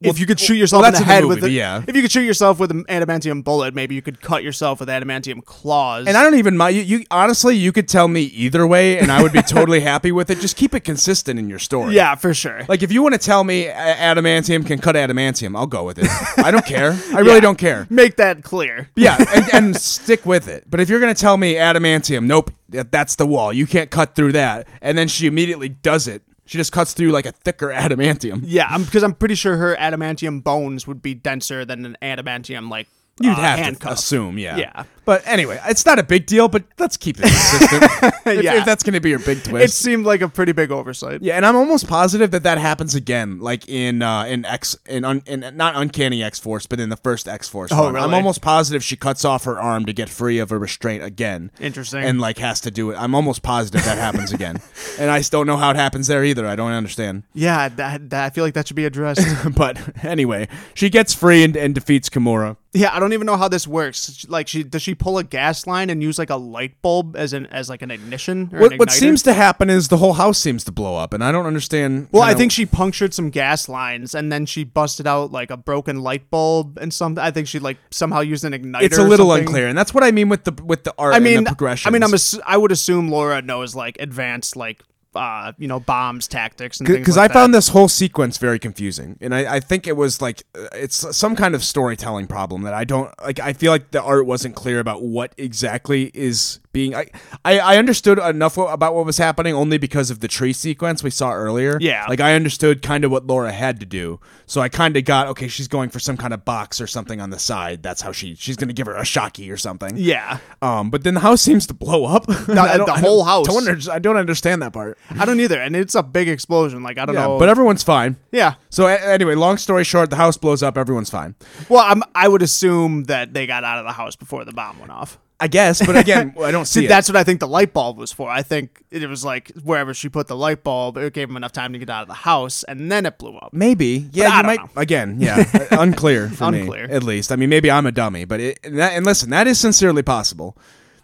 B: If you could shoot yourself
A: well,
B: in the
A: that's in the
B: head
A: movie,
B: with the,
A: but yeah.
B: if you could shoot yourself with an adamantium bullet, maybe you could cut yourself with adamantium claws.
A: And I don't even mind you, you. Honestly, you could tell me either way, and I would be totally happy with it. Just keep it consistent in your story.
B: yeah, for sure.
A: Like if you want to tell me a- adamantium can cut adamantium, I'll go with it. I don't care. I really don't care.
B: Make that clear.
A: Yeah, and, and stick with it. But if you're gonna tell me adamantium, nope, that- that's the wall. You can't cut through that. And then she immediately does it. She just cuts through like a thicker adamantium.
B: Yeah, I'm because I'm pretty sure her adamantium bones would be denser than an adamantium like
A: You'd
B: uh,
A: have
B: handcuff.
A: to assume, yeah.
B: Yeah.
A: But anyway, it's not a big deal. But let's keep it consistent. if,
B: Yeah.
A: if that's gonna be your big twist.
B: It seemed like a pretty big oversight.
A: yeah, and I'm almost positive that that happens again, like in uh, in X in, un, in not Uncanny X Force, but in the first X Force.
B: Oh,
A: I'm
B: really?
A: almost positive she cuts off her arm to get free of a restraint again.
B: Interesting.
A: And like has to do it. I'm almost positive that happens again, and I still don't know how it happens there either. I don't understand.
B: Yeah, that, that I feel like that should be addressed.
A: but anyway, she gets free and, and defeats Kimura.
B: yeah, I don't even know how this works. Like, she does she pull a gas line and use like a light bulb as an as like an ignition or
A: What,
B: an
A: what
B: igniter?
A: seems to happen is the whole house seems to blow up, and I don't understand.
B: well, I
A: kinda-
B: think she punctured some gas lines and then she busted out like a broken light bulb and something. I think she like somehow used an igniter.
A: it's a
B: or
A: little
B: something.
A: unclear, and that's what I mean with the with the art
B: I mean,
A: and the progression.
B: I mean, I'm assu- I would assume Laura knows like advanced like uh you know bombs tactics and things.
A: because
B: like
A: I
B: that.
A: found this whole sequence very confusing, and I, I think it was like uh, it's some kind of storytelling problem that I don't like. I feel like the art wasn't clear about what exactly is being I, I I understood enough about what was happening only because of the tree sequence we saw earlier.
B: Yeah.
A: like I understood kind of what Laura had to do, so I kind of got okay. She's going for some kind of box or something on the side. That's how she she's gonna give her a shocky or something.
B: Yeah.
A: Um, but then the house seems to blow up. I don't-
B: the
A: I
B: whole
A: don't-
B: house.
A: Don't under, I don't understand that part.
B: I don't either. And it's a big explosion. Like, I don't
A: Yeah,
B: know.
A: but everyone's fine.
B: yeah.
A: So a- anyway, long story short, the house blows up. Everyone's fine.
B: Well, I'm, I would assume that they got out of the house before the bomb went off.
A: I guess, but again, I don't see
B: See,
A: it.
B: that's what I think the light bulb was for. I think it was like wherever she put the light bulb, it gave them enough time to get out of the house, and then it blew up.
A: Maybe, yeah,
B: I
A: you
B: don't
A: might again, yeah, uh, unclear for
B: Unclear.
A: me, at least. I mean, maybe I'm a dummy, but it, and, that, and listen, that is sincerely possible.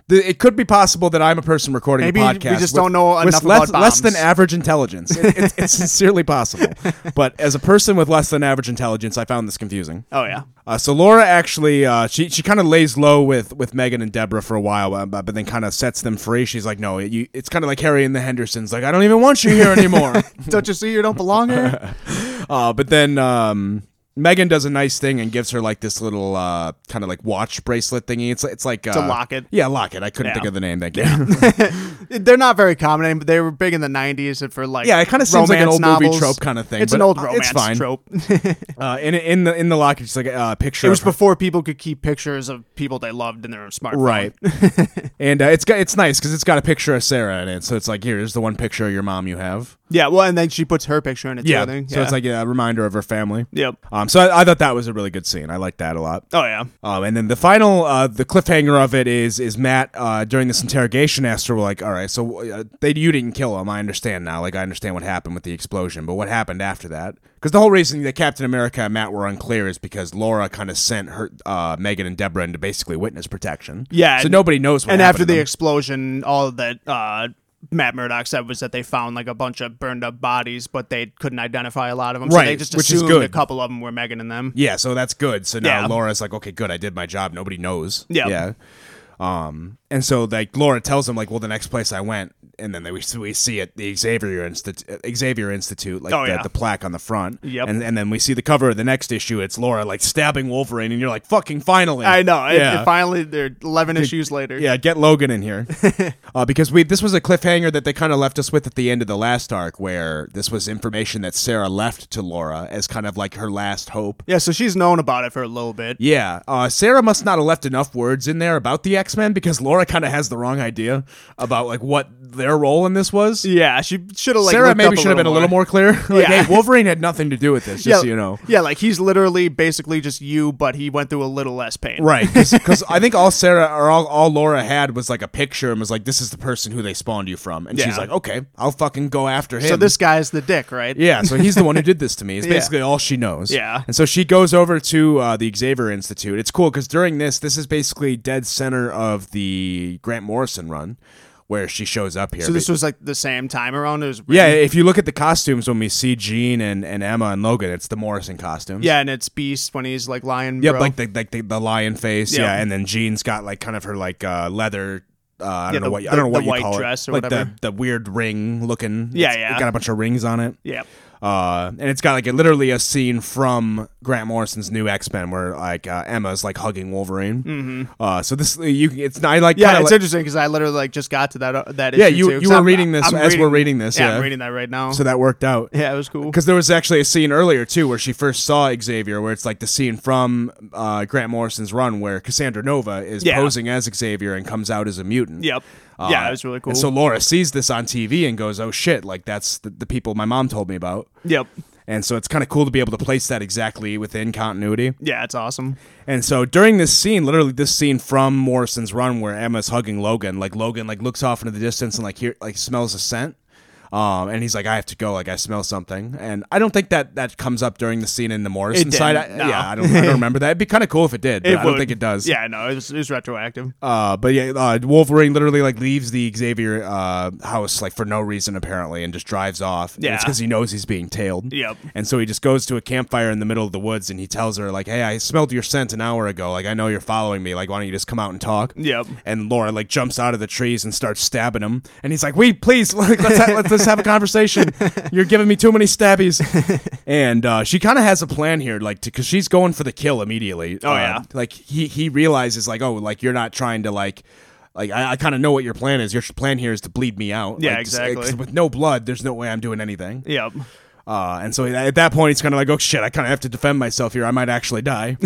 A: The, it could be possible that I'm a person recording
B: Maybe
A: a
B: we
A: podcast.
B: just don't know
A: with
B: enough
A: less,
B: about
A: less than
B: bombs.
A: average intelligence. It, it's, it's sincerely possible, but as a person with less than average intelligence, I found this confusing.
B: Oh yeah,
A: Uh, so Laura actually, uh, she she kind of lays low with with Megan and Deborah for a while, uh, but but then kind of sets them free. She's like, "No, you, it's kind of like Harry and the Hendersons. Like, I don't even want you here anymore."
B: don't you see you don't belong here?
A: uh, but then um, Megan does a nice thing and gives her like this little uh, kind of like watch bracelet thingy. It's it's like uh,
B: a locket.
A: Yeah, locket. I couldn't
B: Yeah.
A: think of the name. Thank you.
B: They're not very common, name, but they were big in the '90s and for like
A: Yeah, it kinda seems like an
B: romance
A: old movie
B: novels.
A: trope kinda thing,
B: It's
A: but
B: an old
A: I- it's
B: romance
A: fine.
B: trope.
A: uh, in in the in the locket, it's like a uh, picture.
B: it was
A: of her-
B: before people could keep pictures of people they loved in their smartphone.
A: right, and uh, it's got it's nice because it's got a picture of Sarah in it. So it's like here's the one picture of your mom you have.
B: Yeah. Well, and then she puts her picture in it. too, I think.
A: so it's like a reminder of her family.
B: Yep.
A: Um, so I, I thought that was a really good scene. I liked that a lot.
B: Oh yeah.
A: Um, and then the final, uh, the cliffhanger of it is is Matt uh, during this interrogation asked her like, all right, so uh, they you didn't kill him. I understand now. Like I understand what happened with the explosion, but what happened after that? Because the whole reason that Captain America and Matt were unclear is because Laura kind of sent her uh, Megan and Deborah into basically witness protection.
B: Yeah,
A: so
B: and-
A: nobody knows. what
B: and
A: happened
B: after
A: to
B: the
A: them.
B: explosion, all that uh, Matt Murdock said was that they found like a bunch of burned up bodies, but they couldn't identify a lot of them. so they
A: Right,
B: just
A: which is
B: assumed
A: good.
B: a couple of them were Megan and them.
A: Yeah, so that's good. So now
B: Yeah.
A: Laura's like, okay, good. I did my job. Nobody knows.
B: Yeah.
A: Yeah. Um, and so like Laura tells him like, well, the next place I went, and then they, we we see it the Xavier Institute, Xavier Institute, like
B: Oh,
A: the,
B: yeah.
A: the plaque on the front.
B: Yep.
A: And and then we see the cover of the next issue. It's Laura like stabbing Wolverine, and you're like, fucking finally.
B: I know. It,
A: Yeah.
B: it finally, they're eleven issues later.
A: Yeah, get Logan in here, uh, because we this was a cliffhanger that they kind of left us with at the end of the last arc, where this was information that Sarah left to Laura as kind of like her last hope.
B: Yeah, so she's known about it for a little bit.
A: Yeah, uh, Sarah must not have left enough words in there about the X Men because Laura kind of has the wrong idea about like what their role in this was.
B: Yeah, she should have like
A: Sarah
B: looked up
A: maybe should have been a little more clear. like,
B: Yeah.
A: hey, Wolverine had nothing to do with this, just
B: Yeah,
A: so you know.
B: Yeah, like he's literally basically just you, but he went through a little less pain.
A: Right, because I think all Sarah or all, all Laura had was like a picture and was like, "This is the person who they spawned you from," and she's
B: Yeah.
A: like, "Okay, I'll fucking go after him."
B: So this guy's the dick, right?
A: Yeah, so he's the one who did this to me. It's
B: Yeah.
A: basically all she knows.
B: Yeah.
A: And so she goes over to uh, the Xavier Institute. It's cool because during this, this is basically dead center of the Grant Morrison run where she shows up here.
B: So this was like the same time around. It was
A: yeah, if you look at the costumes when we see Jean and, and Emma and Logan, it's the Morrison costumes.
B: yeah, and it's Beast when he's like lying.
A: Yep,
B: bro.
A: like the, like the, the lion face.
B: Yeah.
A: Yeah. And then Jean's got like kind of her like uh, leather. Uh, I don't
B: Yeah,
A: know
B: the-
A: what I
B: the-
A: don't know what
B: the
A: you
B: white
A: call
B: dress
A: it,
B: or
A: like
B: whatever.
A: the the weird ring looking.
B: Yeah,
A: It's-
B: yeah.
A: It got a bunch of rings on it.
B: yeah.
A: Uh, and it's got like a, literally a scene from Grant Morrison's new X Men where like uh, Emma's like hugging Wolverine. Mm-hmm. Uh, so this you it's I like
B: Yeah,
A: kinda
B: it's
A: like-
B: interesting because I literally like just got to that uh, that
A: Yeah,
B: issue
A: you-
B: too, 'cause
A: you were
B: I'm-
A: reading this
B: I'm
A: as we're reading this, yeah.
B: I'm reading that right now.
A: so that worked out.
B: yeah, it was cool.
A: Because there was actually a scene earlier too where she first saw Xavier, where it's like the scene from uh, Grant Morrison's run where Cassandra Nova is
B: Yeah.
A: posing as Xavier and comes out as a mutant.
B: Yep.
A: Uh,
B: yeah, it was really cool.
A: And so Laura sees this on TV and goes, "Oh shit! Like that's the, the people my mom told me about."
B: yep.
A: And so it's kind of cool to be able to place that exactly within continuity.
B: Yeah, it's awesome.
A: And so during this scene, literally this scene from Morrison's run where Emma's hugging Logan, like Logan like looks off into the distance and like here like smells a scent. Um, and he's like, I have to go. Like, I smell something, and I don't think that that comes up during the scene in the Morrison
B: didn't,
A: side. I,
B: no.
A: Yeah, I don't, I don't remember that. It'd be kind of cool if it did, but
B: It
A: I don't
B: would-
A: think it does.
B: Yeah, no, it was, it was retroactive.
A: Uh, but yeah, uh, Wolverine literally like leaves the Xavier uh, house like for no reason apparently, and just drives off. And
B: Yeah.
A: it's because he knows he's being tailed.
B: Yep.
A: And so he just goes to a campfire in the middle of the woods, and he tells her like, "Hey, I smelled your scent an hour ago. Like, I know you're following me. Like, why don't you just come out and talk?"
B: Yep.
A: And Laura like jumps out of the trees and starts stabbing him, and he's like, "Wait, please, like, let's ha- let's, let's have a conversation. You're giving me too many stabbies." and uh, she kind of has a plan here, like, because she's going for the kill immediately.
B: Oh,
A: Uh,
B: yeah.
A: like he he realizes like, oh, like you're not trying to like. like I, I kind of know what your plan is. Your plan here is to bleed me out.
B: Yeah,
A: Like, just-
B: exactly.
A: 'cause With no blood, there's no way I'm doing anything.
B: Yep.
A: Uh, and so at that point, it's kind of like, oh shit, I kind of have to defend myself here. I might actually die.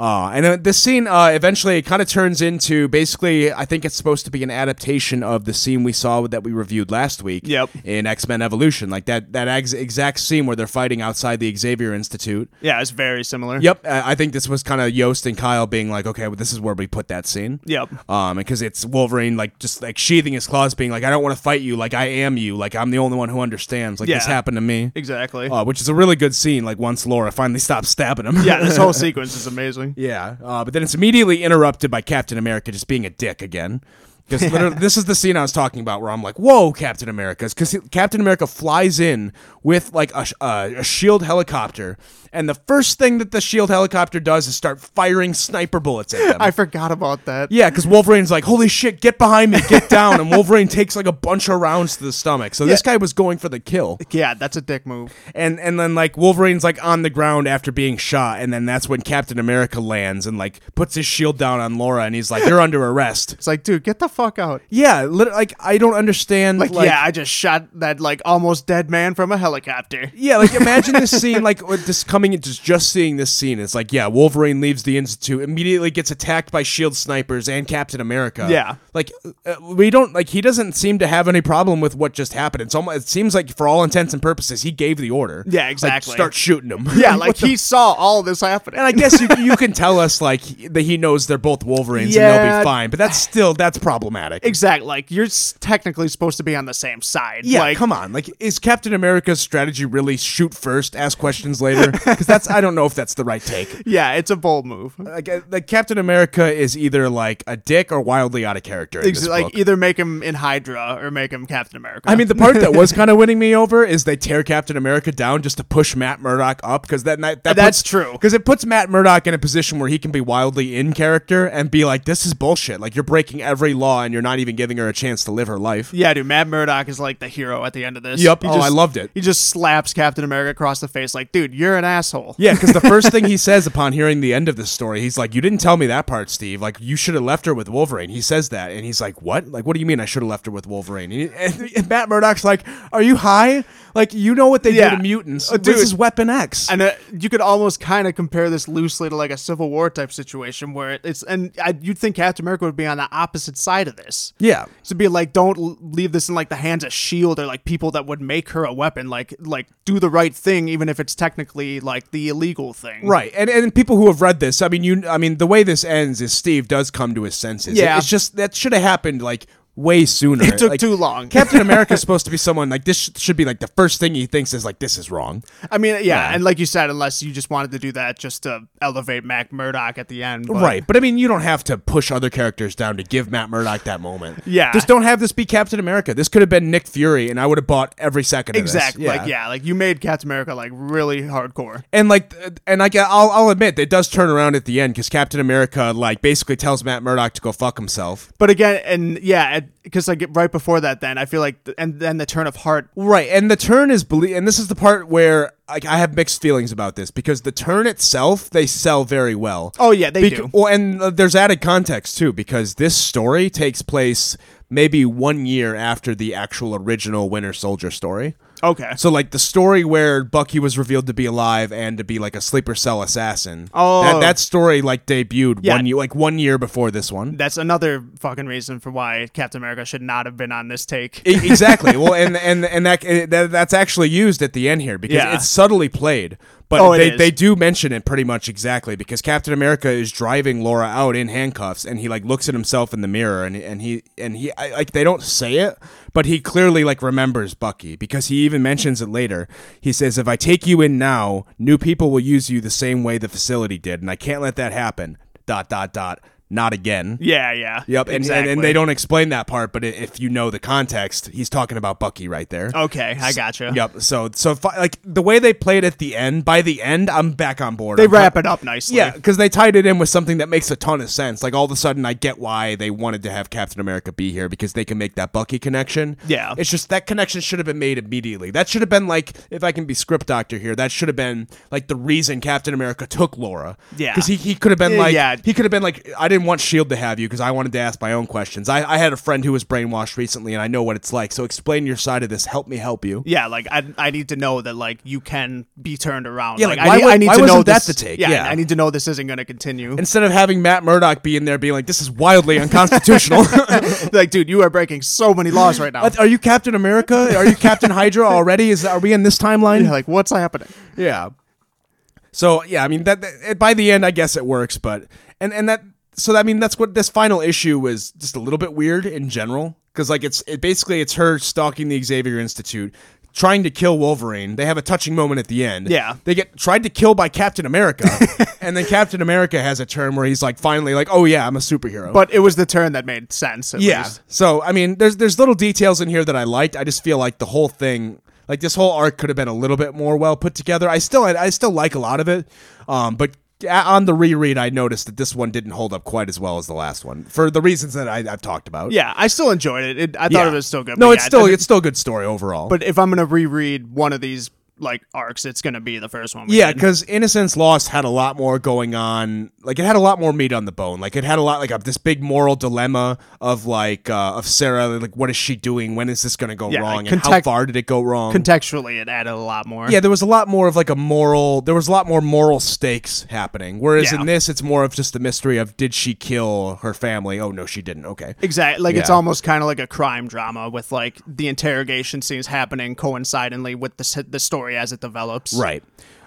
A: uh, and then this scene uh, eventually it kind of turns into basically, I think it's supposed to be an adaptation of the scene we saw that we reviewed last week
B: Yep.
A: in X Men Evolution. Like that, that ex- exact scene where they're fighting outside the Xavier Institute.
B: Yeah, it's very similar.
A: Yep, I I think this was kind of Yost and Kyle being like, okay, well, this is where we put that scene.
B: Yep.
A: Um, because it's Wolverine like just like sheathing his claws, being like, I don't want to fight you. Like I am you. Like I'm the only one who understands. Like this
B: Yeah.
A: happened to me.
B: Exactly.
A: Uh, which is a really good scene. Like once Laura finally stops stabbing him.
B: yeah, this whole sequence is amazing.
A: yeah. Uh, but then it's immediately interrupted by Captain America just being a dick again. Because this is the scene I was talking about where I'm like, whoa, Captain America. Because Captain America flies in with like a, sh- uh, a shield helicopter. And the first thing that the shield helicopter does is start firing sniper bullets at them.
B: I forgot about that.
A: Yeah, because Wolverine's like, holy shit, get behind me, get down. And Wolverine takes like a bunch of rounds to the stomach. So this guy was going for the kill.
B: Yeah, that's a dick move.
A: And and then like Wolverine's like on the ground after being shot, and then that's when Captain America lands and like puts his shield down on Laura and he's like, You're under arrest.
B: It's like, dude, get the fuck out.
A: Yeah, lit- like I don't understand
B: Like, yeah, I just shot that like almost dead man from a helicopter.
A: Yeah, like imagine this scene, like with this coming into just just seeing this scene. It's like, yeah, Wolverine leaves the institute, immediately gets attacked by Shield E snipers and Captain America.
B: Yeah.
A: like uh, we don't like he doesn't seem to have any problem with what just happened. It's almost it seems like for all intents and purposes he gave the order.
B: Yeah,
A: Like,
B: exactly.
A: start shooting him.
B: Yeah,
A: What
B: like
A: the-
B: he saw all this happen.
A: And I guess you, you can tell us like he- that he knows they're both Wolverines and they'll
B: Yeah.
A: be fine, but that's still that's problematic.
B: Exactly. Like you're s- technically supposed to be on the same side.
A: Yeah,
B: Like,
A: come on. Like, is Captain America's strategy really shoot first, ask questions later? Because that's I don't know if that's the right take.
B: yeah, it's a bold move.
A: like, uh, like Captain America is either like a dick or wildly out of character. In
B: Ex-
A: this
B: like
A: book.
B: either make him in Hydra or make him Captain America.
A: I mean, the part that was kind of winning me over is they tear Captain America down just to push Matt Murdock up because that, that, that
B: That's true.
A: because it puts Matt Murdock in a position where he can be wildly in character and be like, "This is bullshit. Like you're breaking every law and you're not even giving her a chance to live her life."
B: yeah, dude, Matt Murdock is like the hero at the end of this.
A: Yep. Oh, I loved it.
B: He just slaps Captain America across the face, like, dude, you're an asshole.
A: Yeah, because the first thing he says upon hearing the end of this story, he's like, "You didn't tell me that part, Steve. Like, you should have left her with Wolverine." He says that, and he's like, "What? Like, what do you mean I should have left her with Wolverine?" And, and- and Matt Murdock's like, "Are you high? Like, you know what they
B: Yeah.
A: do to mutants?
B: Uh, dude.
A: this is Weapon X."
B: And uh, you could almost kind of compare this loosely to like a Civil War type situation where it's, and I, you'd think Captain America would be on the opposite side of this.
A: yeah,
B: to be like don't l- leave this in like the hands of shield E or like people that would make her a weapon like like do the right thing even if it's technically like the illegal thing
A: right. And and people who have read this, I mean, you, I mean, the way this ends is Steve does come to his senses.
B: Yeah.
A: it's just that should have happened like way sooner. It
B: took
A: like,
B: too long.
A: Captain America is supposed to be someone like this. Sh- should be like the first thing he thinks is like, "This is wrong."
B: i mean yeah, and like you said unless you just wanted to do that just to elevate mac murdock at the end but-
A: right, but I mean, you don't have to push other characters down to give Matt Murdock that moment.
B: Yeah.
A: just don't have this be Captain America. This could have been Nick Fury, and I would have bought every second. of this.
B: exactly like yeah like you made captain america like really hardcore
A: and like, th- and like, I'll I'll admit it does turn around at the end because Captain America like basically tells Matt Murdock to go fuck himself.
B: but again and yeah because like right before that then i feel like th- and then the turn of heart
A: Right, and the turn is belie- and this is the part where like I have mixed feelings about this because the turn itself they sell very well.
B: oh yeah they
A: Bec-
B: do
A: Well, and uh, there's added context too because this story takes place maybe one year after the actual original Winter Soldier story.
B: okay
A: So like the story where Bucky was revealed to be alive and to be like a sleeper cell assassin.
B: Oh.
A: that, that story like debuted
B: Yeah.
A: one year, like one year before this one.
B: that's another fucking reason for why captain america should not have been on this take
A: E- exactly. Well, and and and that, eh, that that's actually used at the end here because
B: Yeah.
A: it's subtly played, but
B: Oh, it
A: they
B: is.
A: they do mention it pretty much exactly because Captain America is driving Laura out in handcuffs and he like looks at himself in the mirror and and he and he I, like they don't say it, but he clearly like remembers Bucky because he even mentions it later. He says, "If I take you in now, new people will use you the same way the facility did, and I can't let that happen." Dot dot dot. Not again.
B: Yeah, yeah.
A: Yep, and, and, and they don't explain that part, but i- if you know the context, he's talking about Bucky right there.
B: Okay, I gotcha.
A: Yep. So so if I- like the way they played at the end, by the end, I'm back on board.
B: They
A: I'm
B: wrap
A: co-
B: it up nicely.
A: Yeah, because they tied it in with something that makes a ton of sense. Like all of a sudden, I get why they wanted to have Captain America be here because they can make that Bucky connection.
B: Yeah.
A: it's just that connection should have been made immediately. That should have been like, if I can be script doctor here, that should have been like the reason Captain America took Laura.
B: Yeah.
A: because he, he could have been
B: Yeah,
A: like,
B: yeah.
A: he could have been like, I didn't didn't want Shield to have you because I wanted to ask my own questions. I, I had a friend who was brainwashed recently, and I know what it's like. So explain your side of this. Help me help you.
B: Yeah, like I, I need to know that like you can be turned around.
A: Yeah,
B: like,
A: like,
B: I,
A: why
B: need-
A: wa-
B: I need
A: why
B: to know
A: wasn't that
B: this,
A: the take?
B: Yeah,
A: Yeah.
B: I need to know this isn't going to continue.
A: Instead of having Matt Murdock be in there being like, "This is wildly unconstitutional."
B: like, dude, you are breaking so many laws right now.
A: What- Are you Captain America? Are you Captain Hydra already? Is are we in this timeline?
B: Yeah, like, what's happening?
A: Yeah. So yeah, I mean that, that- it- by the end, I guess it works, but and and that so I mean that's what this final issue is just a little bit weird in general because like it's it basically it's her stalking the Xavier Institute. Trying to kill Wolverine, they have a touching moment at the end.
B: Yeah.
A: they get tried to kill by Captain America, and then Captain America has a turn where he's like, finally, like, oh yeah, I'm a superhero.
B: But it was the turn that made sense. At
A: Yeah.
B: least.
A: So I mean, there's there's little details in here that I liked. I just feel like the whole thing, like this whole arc, could have been a little bit more well put together. I still I, I still like a lot of it, um, but a- on the reread, I noticed that this one didn't hold up quite as well as the last one for the reasons that I, I've talked about.
B: yeah, I still enjoyed it. it I thought
A: Yeah.
B: it was still good.
A: No,
B: but
A: it's
B: yeah,
A: still
B: I mean,
A: it's still a good story overall.
B: But if I'm gonna reread one of these like arcs, it's gonna be the first one. We
A: Yeah,
B: did.
A: because Innocence Lost had a lot more going on. Like it had a lot more meat on the bone. Like it had a lot like of this big moral dilemma of like uh, of Sarah. Like what is she doing? When is this going to go
B: Yeah,
A: wrong?
B: like,
A: and how
B: context-
A: far did it go wrong?
B: contextually, it added a lot more.
A: Yeah, there was a lot more of like a moral. There was a lot more moral stakes happening. Whereas
B: Yeah.
A: in this, it's more of just the mystery of did she kill her family? Oh no, she didn't. Okay.
B: Exactly. Like it's
A: Yeah.
B: almost kind of like a crime drama with like the interrogation scenes happening coincidentally with the s- the story as it develops.
A: Right.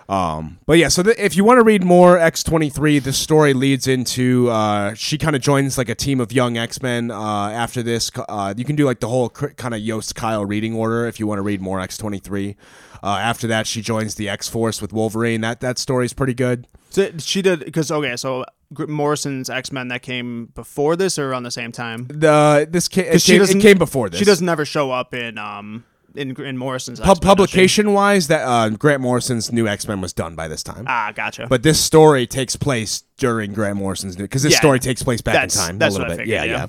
A: Um, but yeah, so th- if you want to read more X23, the story leads into uh, she kind of joins like a team of young X Men uh, after this. c- Uh, you can do like the whole cr- kind of Yost Kyle reading order if you want to read more X23. Uh, after that, she joins the X Force with Wolverine. That that story's pretty good.
B: So she did because okay, so Gr- Morrison's X Men that came before this or around the same time.
A: The this ca- it,
B: she
A: came, it
B: doesn't-
A: came before this.
B: She doesn't ever show up in um in Gr- in Morrison's
A: Pub-
B: X-Men, does she?
A: publication wise, that uh, Grant Morrison's new X Men was done by this time.
B: Ah, gotcha.
A: but this story takes place during Grant Morrison's new because this
B: Yeah,
A: story
B: yeah.
A: takes place back
B: That's-
A: in time
B: that's
A: a little
B: what I
A: bit.
B: figured,
A: yeah,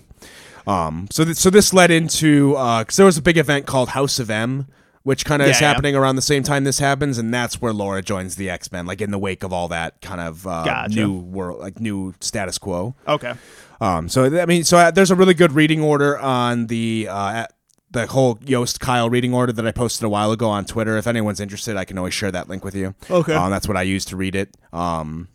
A: yeah. Um, so th- so this led into because there was a big event called House of M. Which kind of
B: Yeah,
A: is
B: yeah.
A: happening around the same time this happens, and that's where Laura joins the X Men, like in the wake of all that kind of uh,
B: Gotcha.
A: new world, like new status quo.
B: okay.
A: Um, so th- I mean, so uh, there's a really good reading order on the uh, at- the whole Yost Kyle reading order that I posted a while ago on Twitter. If anyone's interested, I can always share that link with you.
B: Okay.
A: um, that's what I use to read it. Um,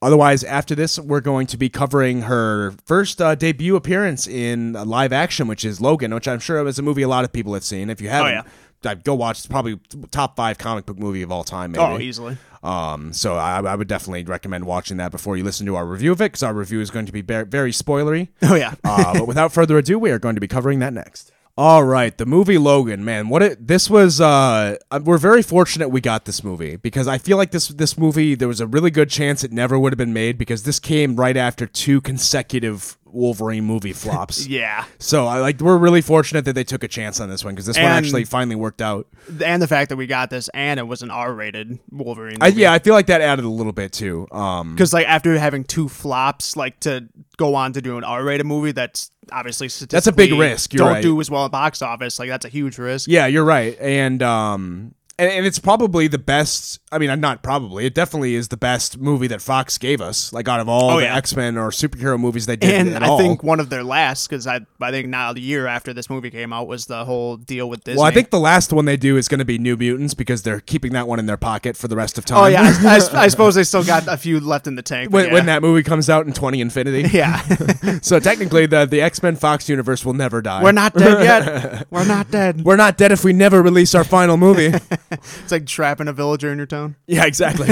A: otherwise, after this, we're going to be covering her first uh, debut appearance in uh, live action, which is Logan, which I'm sure is a movie a lot of people have seen. If you haven't.
B: Oh, yeah.
A: I'd go watch. It's probably top five comic book movie of all time. Maybe.
B: Oh, easily.
A: Um, so I, I would definitely recommend watching that before you listen to our review of it, because our review is going to be bar- very spoilery.
B: Oh yeah.
A: uh, but without further ado, we are going to be covering that next. All right, the movie Logan, man, what it this was. Uh, uh, we're very fortunate we got this movie because I feel like this this movie there was a really good chance it never would have been made because this came right after two consecutive Wolverine movie flops.
B: yeah.
A: So I like we're really fortunate that they took a chance on this one because this one
B: And-
A: actually finally worked out.
B: And the fact that we got this and it was an R-rated Wolverine.
A: I, yeah, I feel like that added a little bit too. Um,
B: Because like after having two flops, like to go on to do an R-rated movie, that's obviously
A: That's a big
B: statistically
A: risk, you're
B: don't
A: right.
B: do as well at box office. Like that's a huge risk.
A: Yeah, you're right. And um and, and it's probably the best I mean, not probably, it definitely is the best movie that Fox gave us, like out of all
B: Oh,
A: the
B: yeah.
A: X Men or superhero movies they did.
B: And
A: at
B: I
A: all.
B: think one of their last, because I I think now the year after this movie came out was the whole deal with Disney.
A: Well, I think the last one they do is going to be New Mutants because they're keeping that one in their pocket for the rest of time.
B: Oh yeah, I, I- I suppose they still got a few left in the tank. but
A: when,
B: yeah.
A: when that movie comes out in 20 Infinity.
B: yeah,
A: so technically, the, the X Men Fox universe will never die.
B: we're not dead yet. We're not dead.
A: We're not dead if we never release our final movie.
B: It's like trapping a villager in your town.
A: Yeah, exactly.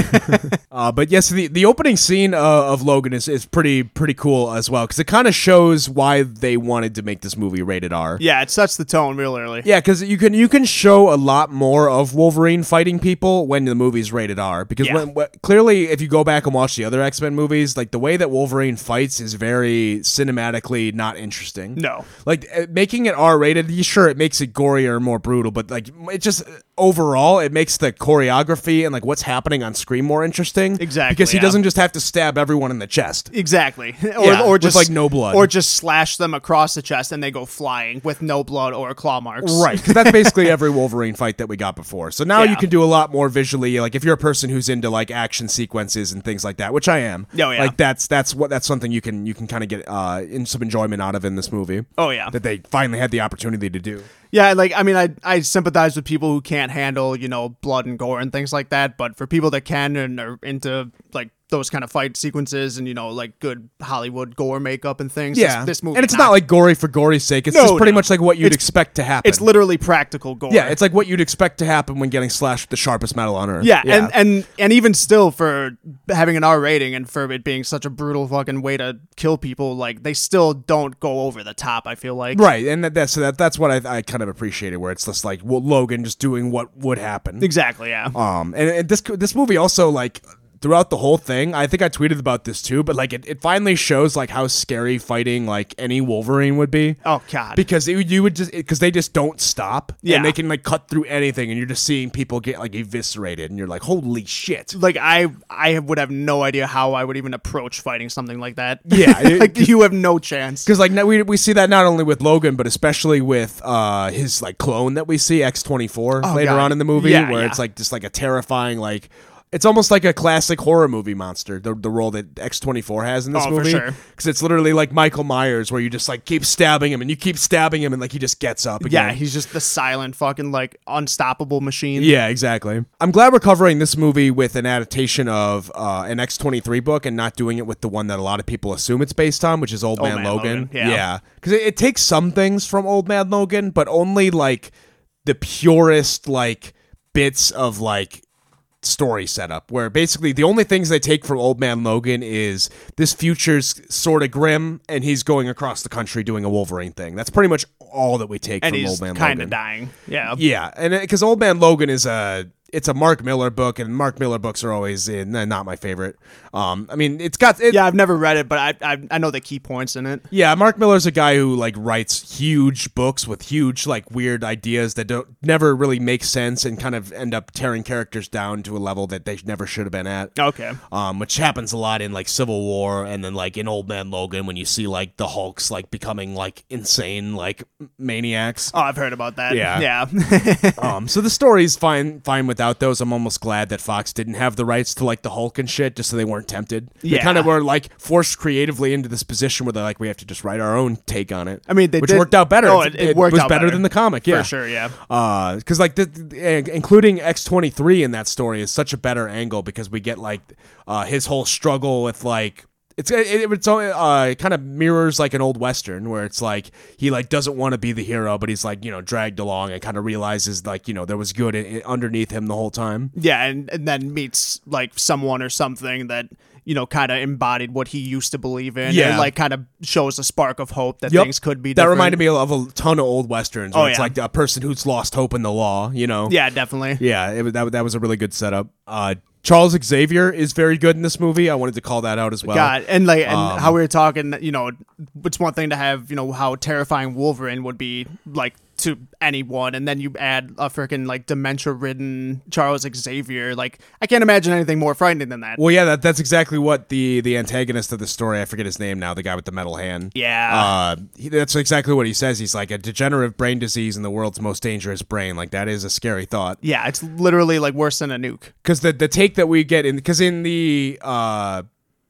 A: uh, but yes, the, the opening scene uh, of Logan is, is pretty pretty cool as well because it kind of shows why they wanted to make this movie rated R.
B: Yeah, it sets the tone real early.
A: Yeah, because you can you can show a lot more of Wolverine fighting people when the movie's rated R. Because
B: Yeah.
A: when, when- clearly, if you go back and watch the other X Men movies, like the way that Wolverine fights is very cinematically not interesting.
B: No.
A: like uh, making it R rated, sure it makes it gorier, and more brutal, but like it just overall, it makes the choreography and like what's happening on screen more interesting.
B: Exactly,
A: because he
B: yeah.
A: doesn't just have to stab everyone in the chest.
B: Exactly. or
A: Yeah,
B: or
A: with,
B: just
A: like, no blood.
B: Or just slash them across the chest and they go flying with no blood or claw marks.
A: Right, 'cause that's basically every Wolverine fight that we got before. So now
B: Yeah.
A: you can do a lot more visually. Like if you're a person who's into like action sequences and things like that, which I am.
B: Oh, yeah.
A: Like that's that's what that's something you can you can kind of get uh, in some enjoyment out of in this movie.
B: Oh, yeah.
A: that they finally had the opportunity to do.
B: Yeah, like I mean I I sympathize with people who can't handle, you know, blood and gore and things like that, but for people that can and are into like those kind of fight sequences and you know like good Hollywood gore makeup and things.
A: Yeah,
B: this, this movie
A: and it's not like gory for gory's sake. It's
B: No,
A: just pretty
B: no.
A: much like what you'd
B: It's-
A: expect to happen.
B: it's literally practical gore.
A: yeah, it's like what you'd expect to happen when getting slashed with the sharpest metal on earth.
B: Yeah, and and and even still, for having an R rating and for it being such a brutal fucking way to kill people, like they still don't go over the top. I feel like
A: right, and that, that's that, that's what I, I kind of appreciated, where it's just like well, Logan just doing what would happen.
B: exactly, yeah.
A: Um, and, and this this movie also like throughout the whole thing, I think I tweeted about this too, but like it, it finally shows like how scary fighting like any Wolverine would be.
B: Oh god,
A: Because it, would- you would just because they just don't stop,
B: Yeah.
A: and they can like cut through anything, and you're just seeing people get like eviscerated, and you're like, holy shit!
B: like I I would have no idea how I would even approach fighting something like that.
A: Yeah, it-
B: like you have no chance.
A: Because like now we, we see that not only with Logan, but especially with uh, his like clone that we see X twenty four later
B: God.
A: on in the movie,
B: Yeah,
A: where
B: yeah.
A: it's like just like a terrifying like. It's almost like a classic horror movie monster. The, the role that X twenty four has in this
B: Oh, for
A: movie,
B: sure.
A: because it's literally like Michael Myers, where you just like keep stabbing him and you keep stabbing him, and like he just gets up. Again.
B: Yeah, he's just the silent fucking like unstoppable machine.
A: Yeah, exactly. I'm glad we're covering this movie with an adaptation of uh, an X23 book and not doing it with the one that a lot of people assume it's based on, which is Old, Man,
B: Man
A: Logan.
B: Logan, yeah.
A: Because it, it takes some things from Old Man Logan, but only like the purest, like, bits of like story setup where basically the only things they take from old man logan is this future's sort of grim and he's going across the country doing a wolverine thing that's pretty much all that we take
B: and
A: from
B: he's
A: old man
B: kind
A: logan
B: of dying. Yeah.
A: yeah, and because Old Man Logan is a it's a Mark Miller book, and Mark Miller books are always in, uh, not my favorite. Um, I mean, it's got it, yeah.
B: Yeah, I've never read it, but I, I I know the key points in it.
A: Mark Miller's a guy who like writes huge books with huge like weird ideas that don't never really make sense and kind of end up tearing characters down to a level that they never should have been at.
B: Okay.
A: Um, which happens a lot in like Civil War and then like in Old Man Logan when you see like the Hulks like becoming like insane like maniacs.
B: Oh, I've heard about that.
A: Yeah.
B: Yeah.
A: Um, so the story's fine, fine without those. I'm almost glad that Fox didn't have the rights to like the Hulk and shit, just so they weren't tempted. They
B: Yeah.
A: kind of were like forced creatively into this position where they're like, we have to just write our own take on it.
B: I mean, they
A: which
B: did-
A: worked out better.
B: No, it- it worked
A: was
B: out
A: better
B: better.
A: than the comic, yeah,
B: For sure, yeah.
A: Because Uh, like the, the- including X23 in that story is such a better angle because we get like uh, his whole struggle with like. It's eh, it, it's uh, kind of mirrors like an old western where it's like he like doesn't want to be the hero but he's like you know dragged along and kind of realizes like you know there was good in, underneath him the whole time.
B: Yeah, and, and then meets like someone or something that, you know, kind of embodied what he used to believe in.
A: Yeah.
B: And, like kind of shows a spark of hope that
A: Yep.
B: things could be
A: That
B: different.
A: reminded me of a ton of old westerns. Where
B: Oh,
A: it's
B: yeah.
A: like a person who's lost hope in the law. You know.
B: Yeah, definitely.
A: Yeah, it, was- that that was a really good setup. Uh, Charles Xavier is very good in this movie. I wanted to call that out as well.
B: God, and like, and
A: Um,
B: how we were talking, you know, it's one thing to have, you know, how terrifying Wolverine would be, like, to anyone, and then you add a freaking, like, dementia ridden Charles Xavier. Like, I can't imagine anything more frightening than that.
A: Well, yeah, that, that's exactly what the the antagonist of the story. I forget his name now. The guy with the metal hand.
B: Yeah.
A: Uh, he, that's exactly what he says. He's like a degenerative brain disease in the world's most dangerous brain. Like that is a scary thought.
B: yeah, it's literally, like, worse than a nuke.
A: because the the take that we get in because in the uh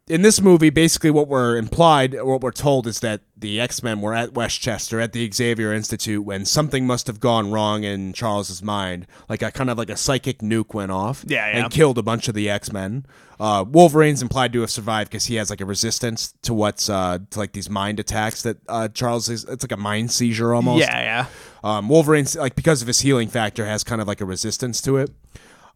A: in this movie basically what we're implied or what we're told is that the x-men were at westchester at the xavier institute when something must have gone wrong in charles's mind like a kind of like a psychic nuke went off
B: Yeah, yeah.
A: and killed a bunch of the x-men uh, wolverine's implied to have survived because he has like a resistance to what's uh to like these mind attacks that uh charles is it's like a mind seizure almost
B: Yeah, yeah.
A: um, Wolverine's like because of his healing factor has kind of like a resistance to it.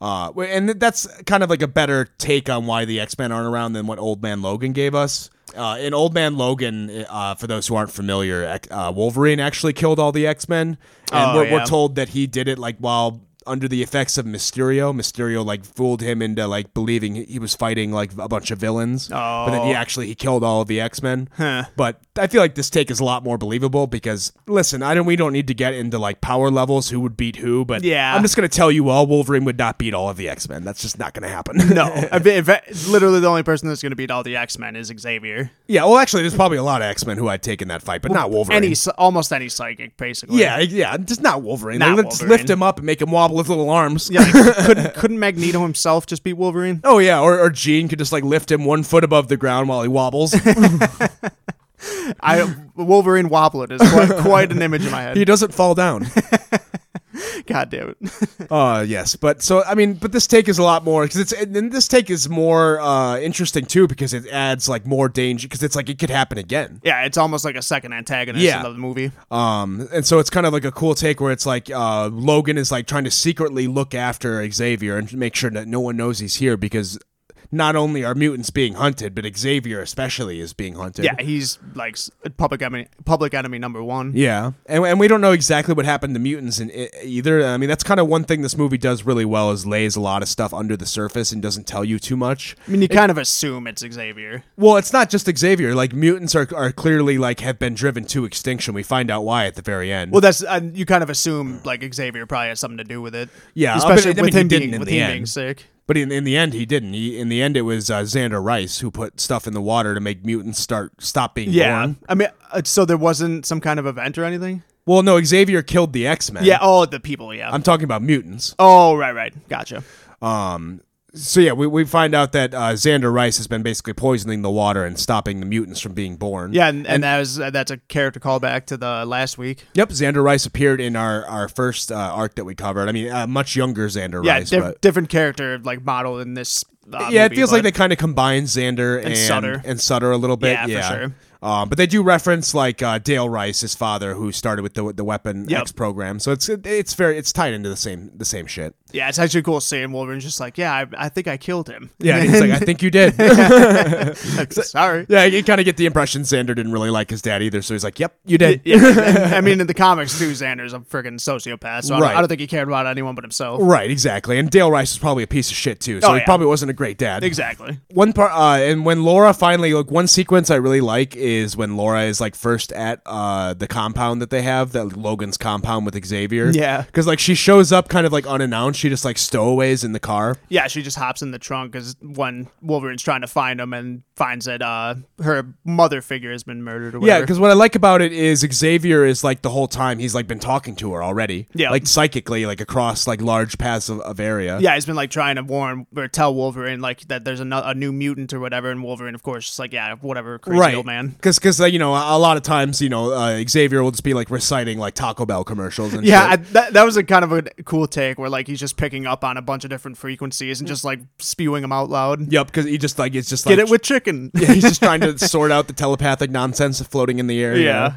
A: Uh, wh- and that's kind of like a better take on why the X Men aren't around than what Old Man Logan gave us. Uh, in Old Man Logan, uh, for those who aren't familiar, X- uh, Wolverine actually killed all the X Men, and
B: Oh,
A: we're, we're
B: yeah.
A: told that he did it like while under the effects of Mysterio. Mysterio like fooled him into like believing he was fighting like a bunch of villains. But then he
B: Oh.
A: actually he killed all of the X Men.
B: Huh.
A: But I feel like this take is a lot more believable because listen, I don't we don't need to get into like power levels who would beat who, but
B: Yeah.
A: I'm just gonna tell you all Wolverine would not beat all of the X Men. That's just not gonna happen.
B: No, If- if- literally the only person that's going to beat all the X Men is Xavier.
A: yeah, well actually there's probably a lot of X Men who I'd take in that fight, but not Wolverine.
B: Any, psy- almost any psychic, basically.
A: yeah, yeah, just not Wolverine.
B: Not
A: Like, let's
B: Wolverine.
A: lift him up and make him wobble his little arms.
B: Yeah, like, couldn't couldn't Magneto himself just beat Wolverine?
A: Oh yeah, or, or Gene could just like lift him one foot above the ground while he wobbles.
B: I Wolverine wobblet is quite, quite an image in my
A: he
B: head.
A: doesn't fall down.
B: God damn it.
A: Uh yes, but so I mean, but this take is a lot more because it's and then this take is more uh interesting too because it adds like more danger because it's like it could happen again.
B: Yeah, it's almost like a second antagonist
A: Yeah.
B: of the movie.
A: Um, and so it's kind of like a cool take where it's like uh Logan is like trying to secretly look after Xavier and make sure that no one knows he's here because not only are mutants being hunted, but Xavier especially is being hunted.
B: Yeah, he's like s- public enemy, public enemy number one.
A: Yeah, and, and we don't know exactly what happened to mutants in i either. I mean, that's kind of one thing this movie does really well is lays a lot of stuff under the surface and doesn't tell you too much.
B: I mean, you kind of assume it's Xavier.
A: Well, it's not just Xavier. Like mutants are are clearly like have been driven to extinction. We find out why at the very end.
B: Well, that's uh, you kind of assume like Xavier probably has something to do with it.
A: Yeah, I mean-
B: especially
A: I mean,
B: with
A: he
B: him
A: didn't
B: being
A: in
B: with
A: the
B: him
A: end.
B: being sick.
A: but in, in the end, he didn't. He, in the end, it was uh, Xander Rice who put stuff in the water to make mutants start stop being born.
B: I mean, uh, so there wasn't some kind of event or anything.
A: Well, no, Xavier killed the X Men.
B: Yeah, oh the people. Yeah.
A: I'm talking about mutants.
B: oh right, right. Gotcha.
A: Um, so yeah, we, we find out that uh, Xander Rice has been basically poisoning the water and stopping the mutants from being born.
B: Yeah, and, and, that was uh, that's a character callback to the last week.
A: Yep. Xander Rice appeared in our our first uh, arc that we covered. I mean, uh, much younger Xander
B: Yeah,
A: Rice.
B: diff-
A: but-
B: different character like model in this. Uh,
A: yeah,
B: movie,
A: it feels
B: but-
A: like they kind of combine Xander and,
B: Sutter.
A: and Sutter a little bit.
B: Yeah, for sure.
A: Um, but they do reference like uh, Dale Rice, his father, who started with the the Weapon
B: Yep.
A: X program. So it's it's very it's tied into the same the same shit.
B: Yeah, it's actually cool seeing Wolverine's just like, yeah, I, I think I killed him.
A: Yeah, and he's like, I think you did.
B: Like, sorry.
A: yeah, you kind of get the impression Xander didn't really like his dad either. So he's like, Yep, you did.
B: Yeah, and- I mean, in the comics too, Xander's a freaking sociopath, so I,
A: Right.
B: don't, I don't think he cared about anyone but himself.
A: Right, exactly. And Dale Rice is probably a piece of shit too. So
B: Oh,
A: he
B: yeah.
A: probably wasn't a great dad.
B: Exactly.
A: One part, uh, and when Laura finally, like, one sequence I really like is when Laura is like first at uh, the compound that they have, that Logan's compound with Xavier.
B: Yeah.
A: because like she shows up kind of like unannounced. She just like stowaways in the car.
B: Yeah, she just hops in the trunk because when Wolverine's trying to find him and finds that uh, her mother figure has been murdered or
A: Yeah,
B: whatever.
A: because what I like about it is Xavier is like the whole time he's like been talking to her already.
B: Yeah.
A: like psychically, like across like large paths of, of area.
B: Yeah, he's been like trying to warn or tell Wolverine like that there's a, no- a new mutant or whatever, and Wolverine, of course, is like yeah, whatever, crazy old man.
A: Because because uh, you know a a lot of times you know uh, Xavier will just be like reciting like Taco Bell commercials and
B: Yeah,
A: shit.
B: I, that, that was a kind of a cool take where like he's just picking up on a bunch of different frequencies and just like spewing them out loud.
A: Yep, because he just like it's just
B: Get
A: like
B: it with chicken.
A: Yeah, he's just trying to sort out the telepathic nonsense floating in the air. you
B: Yeah.
A: know?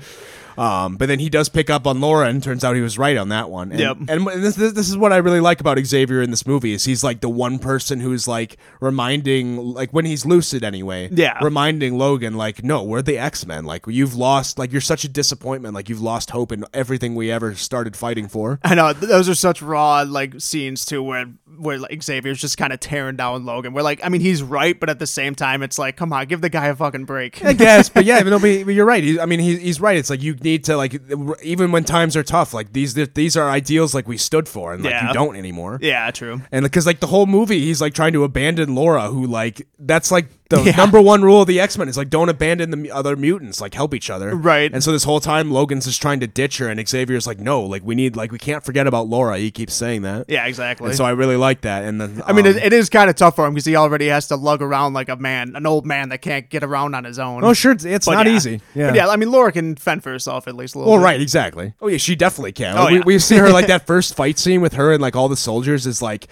A: Um, but then he does pick up on Laura, and turns out he was right on that one. And,
B: Yep.
A: And wh- this, this this is what I really like about Xavier in this movie is he's like the one person who's like reminding, like when he's lucid anyway.
B: Yeah.
A: Reminding Logan, like, no, we're the X Men. Like you've lost, like you're such a disappointment. Like you've lost hope in everything we ever started fighting for.
B: I know th- those are such raw like scenes too, where where like, Xavier's just kind of tearing down Logan. We're like, I mean, he's right, but at the same time, it's like, come on, give the guy a fucking break.
A: I guess, but yeah, no, but but you're right. He, I mean, he, he's right. It's like you need to like, even when times are tough, like these these are ideals like we stood for, and like
B: Yeah.
A: you don't anymore.
B: yeah, true.
A: And because like the whole movie, he's like trying to abandon Laura, who like that's like the
B: Yeah.
A: number one rule of the X Men is like don't abandon the mu- other mutants, like help each other.
B: Right.
A: And so this whole time, Logan's just trying to ditch her, and Xavier's like, no, like we need like we can't forget about Laura. He keeps saying that.
B: Yeah, exactly.
A: And so I really like that. And then
B: I mean,
A: um,
B: it, it is kind of tough for him because he already has to lug around like a man, an old man that can't get around on his own.
A: oh sure, it's- it's
B: But
A: not
B: yeah.
A: easy.
B: But yeah, I mean, Laura can fend for herself at least a little.
A: Well,
B: bit.
A: right, exactly. Oh yeah, she definitely can.
B: Oh,
A: we,
B: yeah.
A: we see her like that first fight scene with her and like all the soldiers is like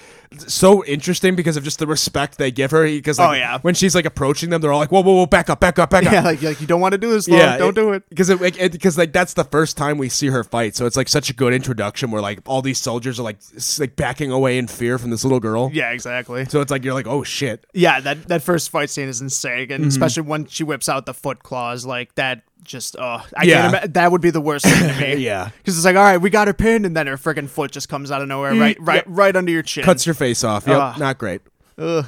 A: so interesting because of just the respect they give her. Because like,
B: Oh, yeah.
A: when she's like approaching them, they're all like, "Whoa, whoa, whoa, back up, back up, back up."
B: Yeah, like, like you don't want to do this, Laura. don't do it.
A: because it because like that's the first time we see her fight, so it's like such a good introduction where like all these soldiers are like s- like backing away in fear from this little girl.
B: Yeah, exactly.
A: So it's like you're like, oh shit. Mm-hmm.
B: Yeah, that that first fight scene is insane, and especially when she whips out the foot claws, like that just uh, I
A: Yeah.
B: can't ima- that would be the worst thing to me.
A: Yeah.
B: because it's like, all right, we got her pinned, and then her freaking foot just comes out of nowhere, right, right, right under your chin.
A: Mm, Cuts your face off. Yep,
B: Ah. Ugh.
A: not great. Yeah,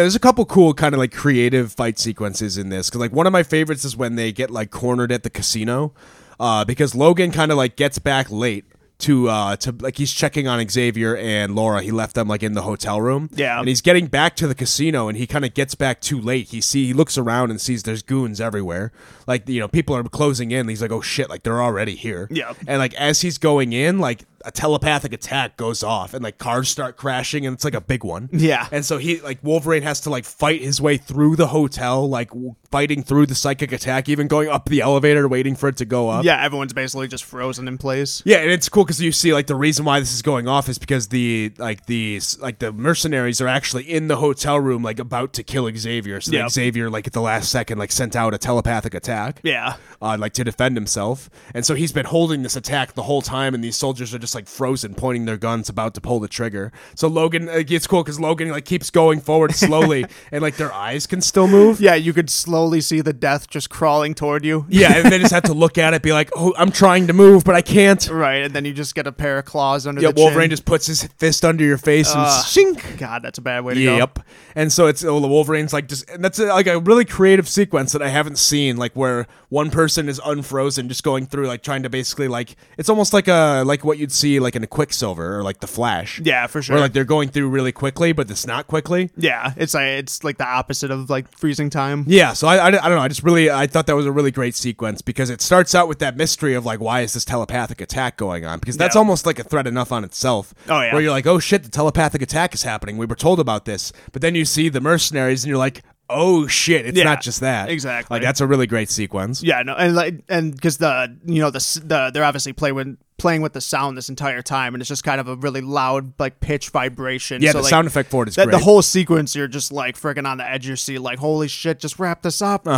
A: there's a couple cool kind of like creative fight sequences in this. Cause like one of my favorites is when they get like cornered at the casino, uh, because Logan kind of like gets back late to uh to like he's checking on Xavier and Laura. He left them like in the hotel room.
B: Yeah.
A: and he's getting back to the casino and he kind of gets back too late. He see he looks around and sees there's goons everywhere. Like you know people are closing in. He's like oh shit like they're already here.
B: Yeah.
A: and like as he's going in like. A telepathic attack goes off, and like cars start crashing, and it's like a big one.
B: Yeah.
A: And so he like Wolverine has to like fight his way through the hotel, like w- fighting through the psychic attack, even going up the elevator, waiting for it to go up.
B: yeah, everyone's basically just frozen in place.
A: Yeah, and it's cool because you see like the reason why this is going off is because the like the like the mercenaries are actually in the hotel room like about to kill Xavier. So
B: Yeah.
A: then Xavier like at the last second like sent out a telepathic attack.
B: Yeah,
A: Uh, like to defend himself, and so he's been holding this attack the whole time, and these soldiers are just like frozen, pointing their guns, about to pull the trigger. So Logan, like, it's cool because Logan like keeps going forward slowly, and like their eyes can still move.
B: yeah, you could slowly see the death just crawling toward you.
A: Yeah, and they just have to look at it, be like, "Oh, I'm trying to move, but I can't."
B: Right, and then you just get a pair of claws under
A: Yeah,
B: the chin.
A: Wolverine just puts his fist under your face and
B: Ugh.
A: shink.
B: God, that's a bad way to go.
A: Yep. And so it's oh, the Wolverine's like just and that's uh, like a really creative sequence that I haven't seen like where one person is unfrozen just going through like trying to basically like it's almost like a like what you'd see like in a Quicksilver or like the Flash.
B: Yeah, for sure.
A: Where like they're going through really quickly but it's not quickly.
B: yeah, it's like it's like the opposite of like freezing time.
A: Yeah, so I, I, I don't know. I just really I thought that was a really great sequence because it starts out with that mystery of like why is this telepathic attack going on because that's
B: Yeah.
A: almost like a threat enough on itself.
B: Oh, yeah.
A: where you're like, oh shit, the telepathic attack is happening. We were told about this, but then you see the mercenaries and you're like, oh shit, it's
B: Yeah,
A: not just that.
B: exactly.
A: Like that's a really great sequence.
B: Yeah, no, and like, and because the you know the s- the they're obviously playing with playing with the sound this entire time, and it's just kind of a really loud like pitch vibration.
A: Yeah,
B: so,
A: the
B: like,
A: sound effect for it is
B: that
A: great.
B: the whole sequence you're just like freaking on the edge of your seat, like holy shit, just wrap this
A: Uh-huh.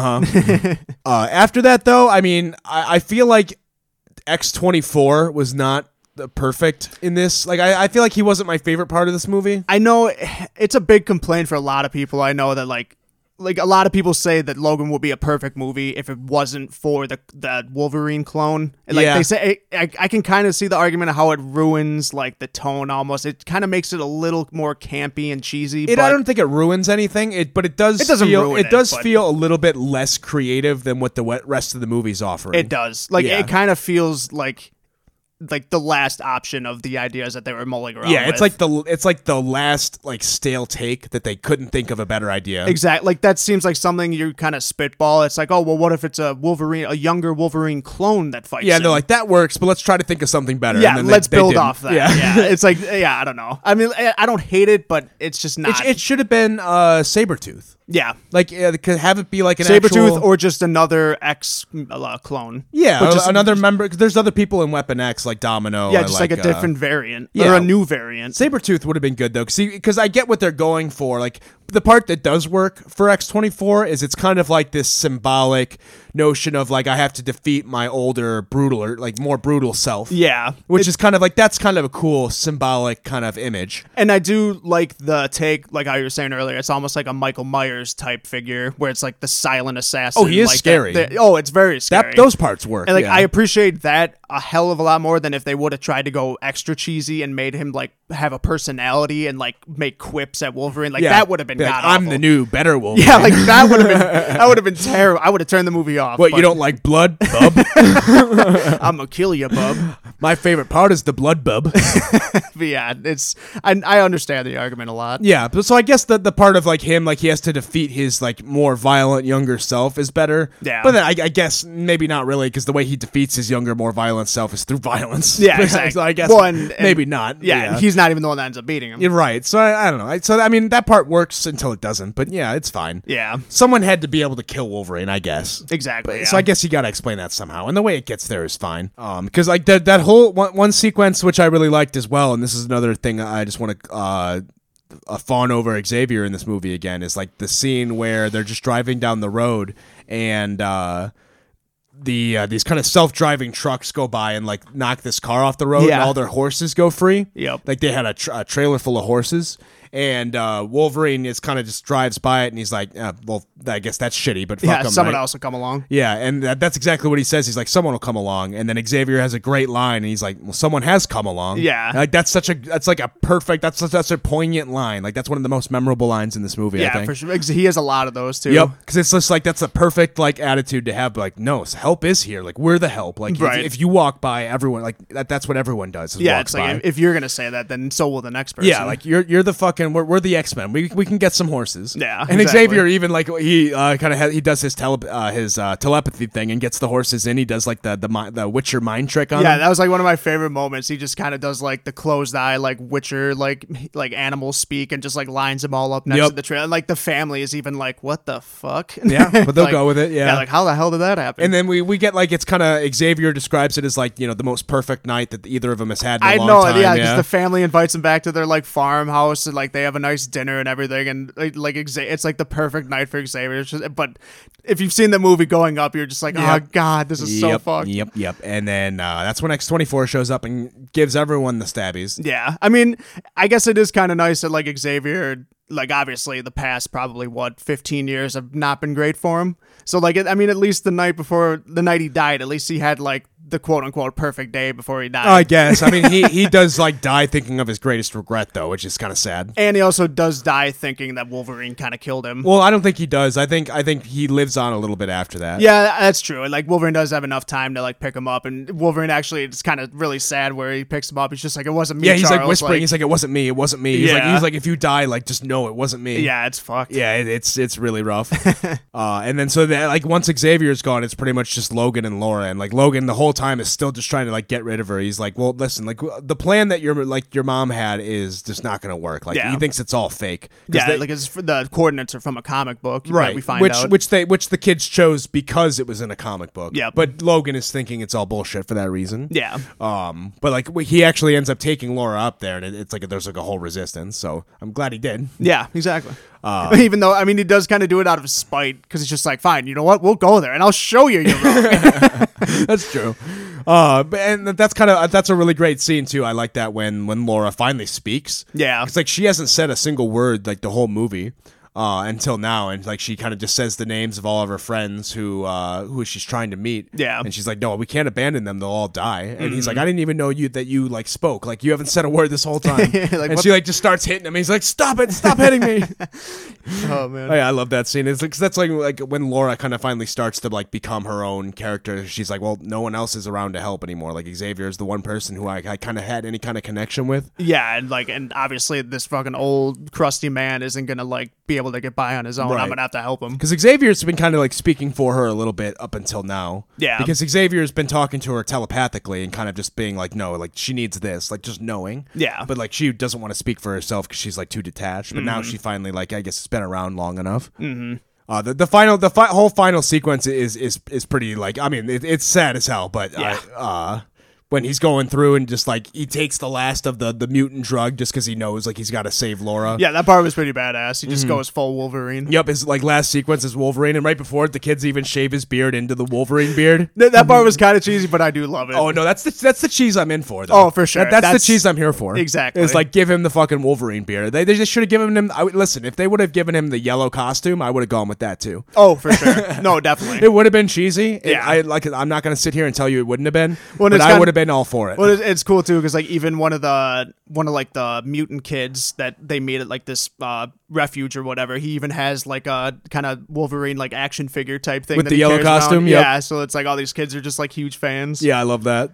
B: up.
A: Uh, after that, though, I mean, I, I feel like X24 was not the perfect in this. Like, I, I feel like he wasn't my favorite part of this movie.
B: I know it's a big complaint for a lot of people. I know that like like a lot of people say that Logan would be a perfect movie if it wasn't for the the Wolverine clone. And, Like
A: Yeah.
B: they say, I, I can kind of see the argument of how it ruins like the tone almost. It kind of makes it a little more campy and cheesy.
A: It,
B: but
A: I don't think it ruins anything. It, but it does.
B: It doesn't
A: feel,
B: ruin
A: It
B: it,
A: does
B: but-
A: feel a little bit less creative than what the we- rest of the movie's offering.
B: It does. Like
A: Yeah.
B: it kind of feels like like the last option of the ideas that they were mulling around.
A: Yeah, it's
B: with.
A: like the it's like the last like stale take that they couldn't think of a better idea.
B: Exactly. Like that seems like something you kind of spitball. It's like, oh well, what if it's a Wolverine, a younger Wolverine clone that fights?
A: yeah, and
B: him?
A: they're like that works, but let's try to think of something better.
B: yeah,
A: and then they-
B: let's
A: they
B: build
A: didn't.
B: off that.
A: Yeah.
B: Yeah. it's like, yeah, I don't know. I mean, I, I don't hate it, but it's just not.
A: It, it should have been uh Sabretooth.
B: yeah,
A: Like uh, could have it be like an
B: Sabretooth
A: actual-
B: or just another X uh, clone.
A: yeah,
B: But
A: or
B: just-
A: another member. 'cause there's other people in Weapon X like Domino.
B: Yeah,
A: and,
B: just like, a
A: uh,
B: different variant or
A: yeah.
B: a new variant.
A: Sabretooth would have been good though, because I get what they're going for. Like the part that does work for X24 is it's kind of like this symbolic notion of like I have to defeat my older, brutaler, like more brutal self.
B: Yeah,
A: Which is kind of like that's kind of a cool symbolic kind of image.
B: And I do like the take, like how you were saying earlier. It's almost like a Michael Myers type figure, where it's like the silent assassin.
A: Oh, he is
B: like that-
A: scary.
B: that- oh, it's very scary.
A: That those parts work.
B: and like
A: yeah.
B: I appreciate that a hell of a lot more than if they would have tried to go extra cheesy and made him like have a personality and like make quips at Wolverine. Like
A: Yeah.
B: that would have been
A: Be like,
B: god
A: I'm
B: awful.
A: the new better wolf.
B: Yeah, like that would have been that would have been terrible. I would have turned the movie off.
A: What you
B: but
A: don't like blood, bub?
B: I'm gonna kill you, bub.
A: My favorite part is the blood bub.
B: but yeah, it's I I understand the argument a lot.
A: Yeah, but so I guess the the part of like him, like he has to defeat his like more violent younger self is better.
B: Yeah.
A: but then I, I guess maybe not really because the way he defeats his younger, more violent self is through violence.
B: Yeah,
A: So
B: exactly.
A: I guess
B: Well, and- and-
A: maybe not.
B: Yeah, and he's not even the one that ends up beating him.
A: You're right. So I, I don't know. I- So I mean, that part works until it doesn't. But yeah, it's fine.
B: Yeah,
A: Someone had to be able to kill Wolverine, I guess.
B: exactly.
A: So I guess you got to explain that somehow, and the way it gets there is fine. Um, because like that that whole one, one sequence which I really liked as well, and this is another thing I just want to uh, uh, fawn over Xavier in this movie again is like the scene where they're just driving down the road and. Uh, the uh, these kind of self-driving trucks go by and like knock this car off the road and
B: Yeah.
A: all their horses go free
B: Yep.
A: like they had a, tra- a trailer full of horses and uh, Wolverine is kind of just drives by it, and he's like, uh, "Well, I guess that's shitty, but fuck
B: yeah,
A: 'em,
B: someone
A: right?
B: else will come along.
A: Yeah, and that, that's exactly what he says. He's like, someone will come along, and then Xavier has a great line, and he's like, well, someone has come along.
B: Yeah.
A: like that's such a that's like a perfect that's that's a poignant line. Like that's one of the most memorable lines in this movie. I
B: Yeah,
A: think.
B: for sure. 'Cause He has a lot of those too.
A: Yep, because it's just like that's the perfect like attitude to have. Like, no, s- help is here. Like, we're the help. Like, if-
B: Right.
A: if, you walk by, everyone like that. That's what everyone does. Is
B: Yeah,
A: walks
B: it's like
A: by.
B: if, if you're gonna say that, then so will the next person.
A: Yeah, like you're you're the fucking we're, we're the X Men. We, we can get some horses.
B: Yeah,
A: and
B: exactly.
A: Xavier even like he uh, kind of ha- he does his tele- uh, his uh, telepathy thing and gets the horses in. He does like the the mi- the Witcher mind trick on.
B: yeah,
A: him.
B: that was like one of my favorite moments. He just kind of does like the closed eye, like Witcher, like like animals speak, and just like lines them all up next
A: Yep.
B: to the trail. And like the family is even like, "What the fuck?"
A: Yeah, but they'll
B: Like-
A: go with it, yeah.
B: like how the hell did that happen?
A: And then we, we get like it's kind of Xavier descriibes it as like you know the most perfect night that either of them has had in a
B: I
A: long
B: know,
A: time.
B: yeah, because the family invites him back to their like farmhouse, and like they have a nice dinner and everything, and like, like Xa- it's like the perfect night for Xavier. It's just- but if you've seen the movie going up, you're just like, oh
A: Yep.
B: god, this is so
A: yep,
B: fucked.
A: Yep, yep. And then uh, that's when X twenty four shows up and gives everyone the stabbies.
B: Yeah, I mean, I guess it is kind of nice that like Xavier, like obviously the past probably what fifteen years have not been great for him. So like, it, I mean, at least the night before the night he died, at least he had like the quote unquote perfect day before he died.
A: I guess. I mean, he, he does like die thinking of his greatest regret though, which is kind of sad.
B: and he also does die thinking that Wolverine kind of killed him.
A: Well, I don't think he does. I think I think he lives on a little bit after that.
B: Yeah, that's true. And like Wolverine does have enough time to like pick him up, and Wolverine actually it's kind of really sad where he picks him up. He's just like, it wasn't me.
A: Yeah, he's like
B: Charles,"
A: whispering. he's like, "It wasn't me. It wasn't me." He's like,
B: Yeah.
A: "He's like, if you die, like, just know it wasn't me."
B: yeah, it's fucked.
A: yeah, it, it's it's really rough. uh, and then so that like once Xavier's gone, it's pretty much just Logan and Laura, and like Logan the whole time is still just trying to like get rid of her. He's like, "Well, listen, like w- the plan that your like your mom had is just not gonna work. Like
B: Yeah.
A: he thinks it's all fake." 'Cause
B: yeah.
A: they-
B: like it's, the coordinates are from a comic book, that
A: right
B: We find
A: which
B: out.
A: which they which the kids chose because it was in a comic book
B: Yeah.
A: but logan is thinking it's all bullshit for that reason
B: yeah,
A: um but like we- he actually ends up taking laura up there and it, it's like there's like a whole resistance so i'm glad he did
B: yeah, exactly. Even though I mean, he does kind of do it out of spite because he's just like, fine, you know what? We'll go there, and I'll show you. You're wrong."
A: that's true uh but, and that's kind of that's a really great scene too i like that when when laura finally speaks
B: Yeah.
A: it's like she hasn't said a single word like the whole movie uh, until now, and like she kind of just says the names of all of her friends who uh, who she's trying to meet.
B: Yeah. Mm-hmm.
A: and she's like, "No, we can't abandon them; they'll all die." And he's like, "I didn't even know you that you like spoke. Like you haven't said a word this whole time."
B: Like,
A: and
B: what
A: she like just starts hitting him. He's like, "Stop it! Stop hitting me!"
B: oh man.
A: Oh, yeah, I love that scene. It's like 'cause that's like like when Laura kind of finally starts to like become her own character. She's like, well, no one else is around to help anymore. Like Xavier is the one person who I, I kind of had any kind of connection with.
B: Yeah, and like, and obviously, this fucking old crusty man isn't gonna like be able to get by on his own.
A: Right.
B: I'm gonna have to help him.
A: Because Xavier's been kind of like speaking for her a little bit up until now.
B: Yeah.
A: Because Xavier's been talking to her telepathically and kind of just being like, no, like she needs this, like just knowing.
B: Yeah.
A: But like she doesn't want to speak for herself because she's like too detached. But
B: Mm-hmm.
A: now she finally like I guess it's been around long enough. Mm-hmm. Uh, the, the final the fi- whole final sequence is is is pretty like I mean it, it's sad as hell but
B: Yeah.
A: uh, uh when he's going through and just like he takes the last of the the mutant drug just because he knows like he's got to save Laura
B: Yeah, that part was pretty badass. He just goes full Wolverine.
A: Yep, his like last sequence is Wolverine, and right before it, the kids even shave his beard into the Wolverine beard.
B: Th- that part was kind of cheesy, but I do love it.
A: Oh no, that's the that's the cheese I'm in for. Though.
B: Oh, for sure.
A: That- that's,
B: That's-
A: the cheese I'm here for.
B: Exactly.
A: It's like give him the fucking Wolverine beard. They, they just should have given him. I would listen if they would have given him the yellow costume, I would have gone with that too.
B: Oh, for sure. No, definitely.
A: It would have been cheesy. It-
B: Yeah.
A: I like. I'm not gonna sit here and tell you it wouldn't have been.
B: Well, and
A: but
B: it's
A: I
B: kinda-
A: would have been all for it.
B: Well, it's, it's cool too because like even one of the one of like the mutant kids that they meet at like this uh, refuge or whatever, he even has like a kind of Wolverine like action figure type thing
A: With
B: that
A: the
B: he
A: yellow
B: carries around.
A: costume, yep.
B: Yeah, so it's like all these kids are just like huge fans.
A: Yeah, I love that.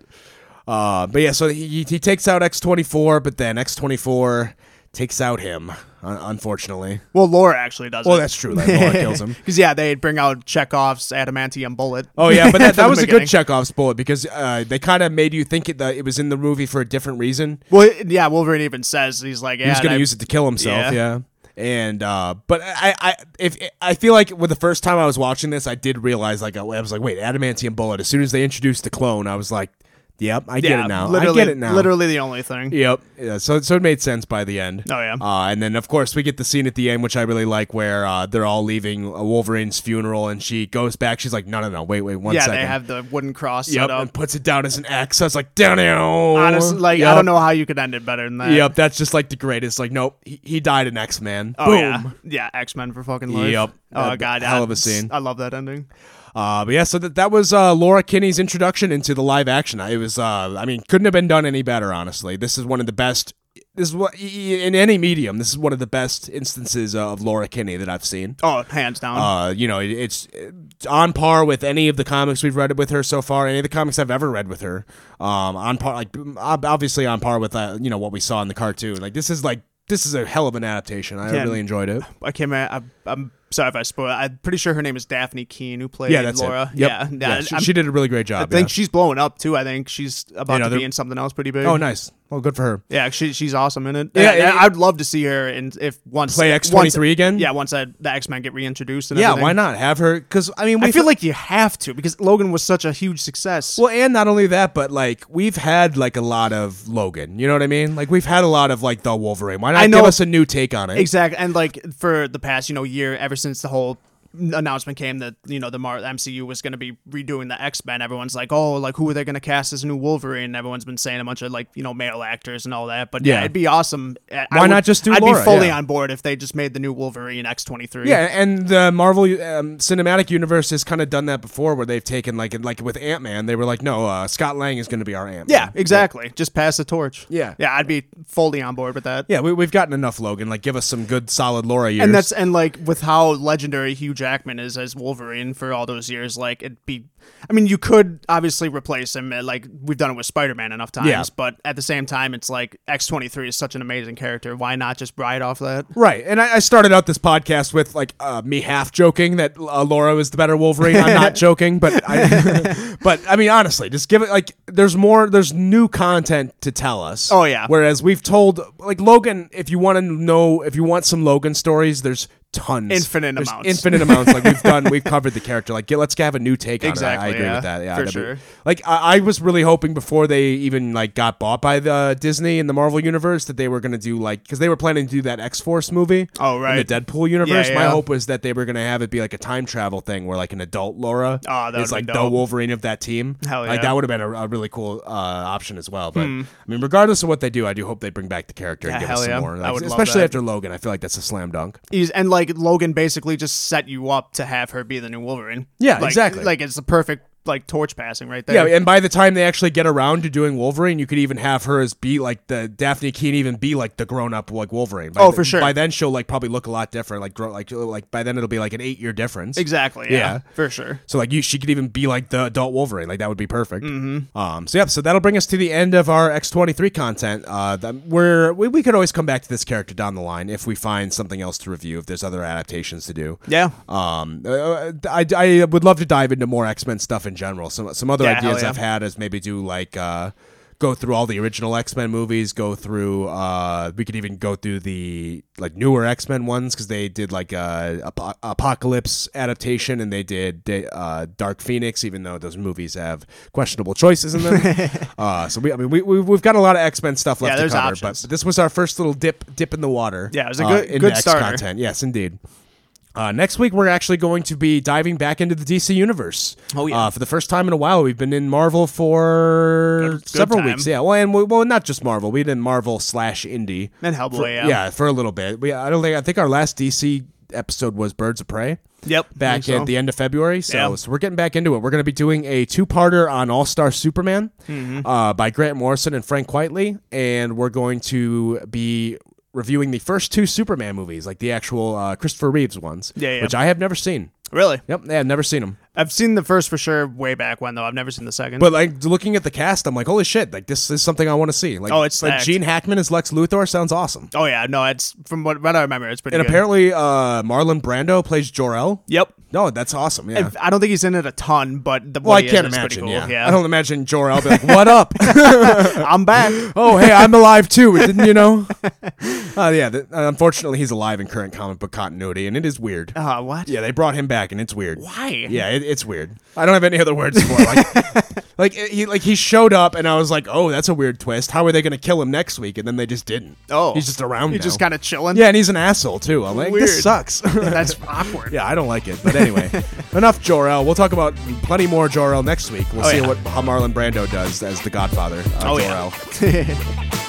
A: Uh, but yeah, so he, he takes out X24, but then X24 takes out him, un- unfortunately.
B: Well, Laura actually does.
A: Well,
B: it.
A: that's true. That Laura kills him.
B: Because yeah, they bring out Chekhov's adamantium bullet.
A: Oh yeah, but that,
B: From
A: that
B: the
A: was a
B: beginning.
A: good Chekhov's bullet because uh, they kind of made you think it, that it was in the movie for a different reason.
B: Well, yeah, Wolverine even says he's like, yeah,
A: He was
B: and
A: going
B: I-
A: to use it to kill himself. Yeah.
B: Yeah.
A: And uh, but I, I if I feel like with the first time I was watching this, I did realize like I was like, wait, adamantium bullet. As soon as they introduced the clone, I was like, Yep, I get
B: yeah,
A: it now. I
B: Literally,
A: get it now.
B: Literally the only thing.
A: Yep. Yeah, so so it made sense by the end.
B: Oh, yeah.
A: Uh, and then of course we get the scene at the end which I really like where uh, they're all leaving uh, Wolverine's funeral and she goes back. She's like, no, no, no, wait, wait, one
B: yeah,
A: second.
B: they have the wooden cross
A: yep,
B: set up.
A: and puts it down as an X. I was like, down arrow.
B: Honestly, like I
A: Yep.
B: don't know how you could end it better than that.
A: Yep, that's just like the greatest. Like, nope, he, he died an X Man.
B: Oh
A: Boom.
B: yeah, yeah. X Men for fucking life.
A: Yep.
B: Oh
A: A
B: god,
A: hell
B: I-
A: of a scene.
B: I love that ending.
A: Uh, but yeah, so that, that was uh, Laura Kinney's introduction into the live action. It was, uh, I mean, couldn't have been done any better, honestly. This is one of the best. This is what in any medium. This is one of the best instances of Laura Kinney that I've seen.
B: Oh, hands down.
A: Uh, you know, it- it's it's on par with any of the comics we've read with her so far, any of the comics I've ever read with her. Um, on par, like ob- obviously on par with uh, you know what we saw in the cartoon. Like this is like this is a hell of an adaptation. I
B: Yeah.
A: really enjoyed it.
B: I can't. remember- I, I'm sorry if I spoil. I'm pretty sure her name is Daphne Keene, who played
A: Yeah, that's
B: Laura.
A: it. Yep.
B: Yeah,
A: yeah,
B: yeah.
A: she,
B: I'm-
A: she did a really great job.
B: I think
A: yeah.
B: she's blowing up too. I think she's about
A: You know,
B: to be
A: they're-
B: in something else pretty big.
A: oh, nice. Well, good for her.
B: Yeah, she, she's awesome in it.
A: Yeah,
B: Yeah,
A: yeah,
B: I'd love to see her and if once
A: Play
B: once-
A: X-23 again?
B: Yeah, once I, the X Men get reintroduced. And
A: Yeah,
B: everything.
A: why not have her? Because I mean, we
B: I feel like you have to because Logan was such a huge success.
A: well, and not only that, but like we've had like a lot of Logan. You know what I mean? Like we've had a lot of like the Wolverine. Why not
B: I know-
A: give us a new take on it?
B: Exactly, and like for the past you know year, ever since the whole announcement came that you know the Mar- MCU was going to be redoing the X Men, everyone's like, oh, like who are they going to cast as a new Wolverine? And everyone's been saying a bunch of like you know male actors and all that. But yeah,
A: Yeah.
B: it'd be awesome. Why
A: Why not just do
B: I'd
A: Laura?
B: be fully
A: Yeah.
B: on board if they just made the new Wolverine X twenty three.
A: yeah, and the Marvel um, cinematic universe has kind of done that before, where they've taken like like with Ant Man, they were like, no, uh, Scott Lang is going to be our Ant.
B: yeah, exactly. Just pass the torch.
A: Yeah.
B: yeah, I'd be fully on board with that.
A: yeah, we, we've gotten enough Logan. Like, give us some good, solid Laura years.
B: And that's and like with how legendary Hugh Jackman is as Wolverine for all those years, like it'd be. I mean, you could obviously replace him. uh, Like we've done it with Spider Man enough times,
A: Yeah.
B: but at the same time, it's like X twenty three is such an amazing character. Why not just ride off that?
A: Right, and I, I started out this podcast with like uh, me half joking that uh, Laura is the better Wolverine. I'm not joking, but I, but I mean honestly, just give it like there's more, there's new content to tell us.
B: Oh, yeah.
A: Whereas we've told like Logan, if you want to know, if you want some Logan stories, there's tons,
B: Infinite
A: There's
B: amounts.
A: infinite amounts. Like we've done, we've covered the character. Like get, let's have a new take on it.
B: Exactly,
A: I- I agree
B: yeah,
A: with that. Yeah,
B: for
A: that'd be-
B: sure.
A: like I, I was really hoping before they even like got bought by the Disney and the Marvel universe that they were gonna do like because they were planning to do that X Force movie.
B: Oh,
A: In
B: right.
A: the Deadpool universe,
B: Yeah,
A: my
B: yeah.
A: hope was that they were gonna have it be like a time travel thing where like an adult Laura
B: Oh, that
A: is
B: would've
A: like
B: been
A: the
B: dope.
A: Wolverine of that team.
B: Hell
A: Like
B: yeah. Hmm.
A: that would have been a, a really cool uh, option as well. But I mean, regardless of what they do, I do hope they bring back the character
B: Yeah,
A: and give
B: hell
A: us some
B: yeah.
A: more.
B: I
A: Like,
B: would love
A: especially
B: that.
A: after Logan, I feel like that's a slam dunk.
B: He's, and like Logan basically just set you up to have her be the new Wolverine.
A: Yeah,
B: Like-
A: exactly.
B: Like it's the perfect like torch passing right there.
A: Yeah, and by the time they actually get around to doing Wolverine, you could even have her as be like the Daphne Keene even be like the grown up like Wolverine. By
B: Oh,
A: the-
B: for sure.
A: By then she'll like probably look a lot different. Like grow like like by then it'll be like an eight year difference.
B: Exactly.
A: Yeah.
B: yeah. For sure.
A: So like you, she could even be like the adult Wolverine. Like that would be perfect. Mm-hmm. Um. So yep. So that'll bring us to the end of our X twenty three content. Uh, that we're we, we could always come back to this character down the line if we find something else to review. If there's other adaptations to do.
B: Yeah.
A: Um. uh, I, I would love to dive into more X Men stuff in general. Some some other
B: Yeah, hell
A: ideas
B: yeah.
A: I've had is maybe do like. Uh, Go through all the original X Men movies. Go through. Uh, we could even go through the like newer X Men ones because they did like a apo- apocalypse adaptation and they did da- uh, Dark Phoenix, even though those movies have questionable choices in them. uh, so we, I mean, we we've, we've got a lot of X Men stuff left
B: Yeah,
A: to
B: there's
A: cover,
B: options.
A: but this was our first little dip dip in the water.
B: Yeah, it was a
A: uh,
B: good-
A: into
B: good
A: X
B: starter.
A: Content. Yes, indeed. Uh, next week, we're actually going to be diving back into the DC universe.
B: Oh, yeah.
A: Uh, for the first time in a while, we've been in Marvel for
B: Good- good
A: several
B: time.
A: weeks. Yeah, well, and we, well, not just Marvel. We did Marvel slash indie.
B: And Hellboy.
A: For-
B: yeah.
A: for a little bit. We, I don't think I think our last DC episode was Birds of Prey
B: Yep.
A: back
B: think
A: at the end of February. So,
B: Yeah.
A: so we're getting back into it. We're going to be doing a two-parter on All Star Superman
B: Mm-hmm.
A: uh, by Grant Morrison and Frank Quitely, and we're going to be reviewing the first two Superman movies, like the actual uh, Christopher Reeves ones,
B: Yeah, yeah.
A: which I have never seen.
B: so. Really?
A: Yep, yeah, I've never seen them.
B: I've seen the first for sure way back when though. I've never seen the second.
A: But like looking at the cast, I'm like, holy shit! Like this is something I want to see. Like,
B: Oh, it's
A: like
B: stacked.
A: Gene Hackman as Lex Luthor sounds awesome.
B: Oh yeah, no, it's from what, what I remember, it's pretty.
A: And
B: good.
A: apparently, uh, Marlon Brando plays Jor El.
B: yep.
A: No, that's awesome. Yeah.
B: I don't think he's in it a ton, but the
A: well, I
B: what he is
A: can't
B: is pretty
A: imagine.
B: cool.
A: yeah. I don't imagine Jor El be like, "What up?"
B: I'm back.
A: oh, hey, I'm alive too. Didn't you know? Uh, yeah, th- unfortunately, he's alive in current comic book continuity, and it is weird.
B: Uh, what?
A: Yeah, they brought him back, and it's weird.
B: Why?
A: Yeah, it, it's weird. I don't have any other words for it. Like, like it- he like he showed up, and I was like, oh, that's a weird twist. How are they going to kill him next week? And then they just didn't.
B: Oh.
A: he's just around.
B: You
A: now.
B: just kind of chilling.
A: yeah, and he's an asshole too. I'm like, this
B: Weird.
A: sucks.
B: that's awkward.
A: Yeah, I don't like it. But anyway, enough Jor El. We'll talk about plenty more Jor El next week. We'll
B: Oh,
A: see
B: yeah.
A: what how Marlon Brando does as the Godfather. Uh,
B: Oh,
A: Jor
B: yeah.
A: El.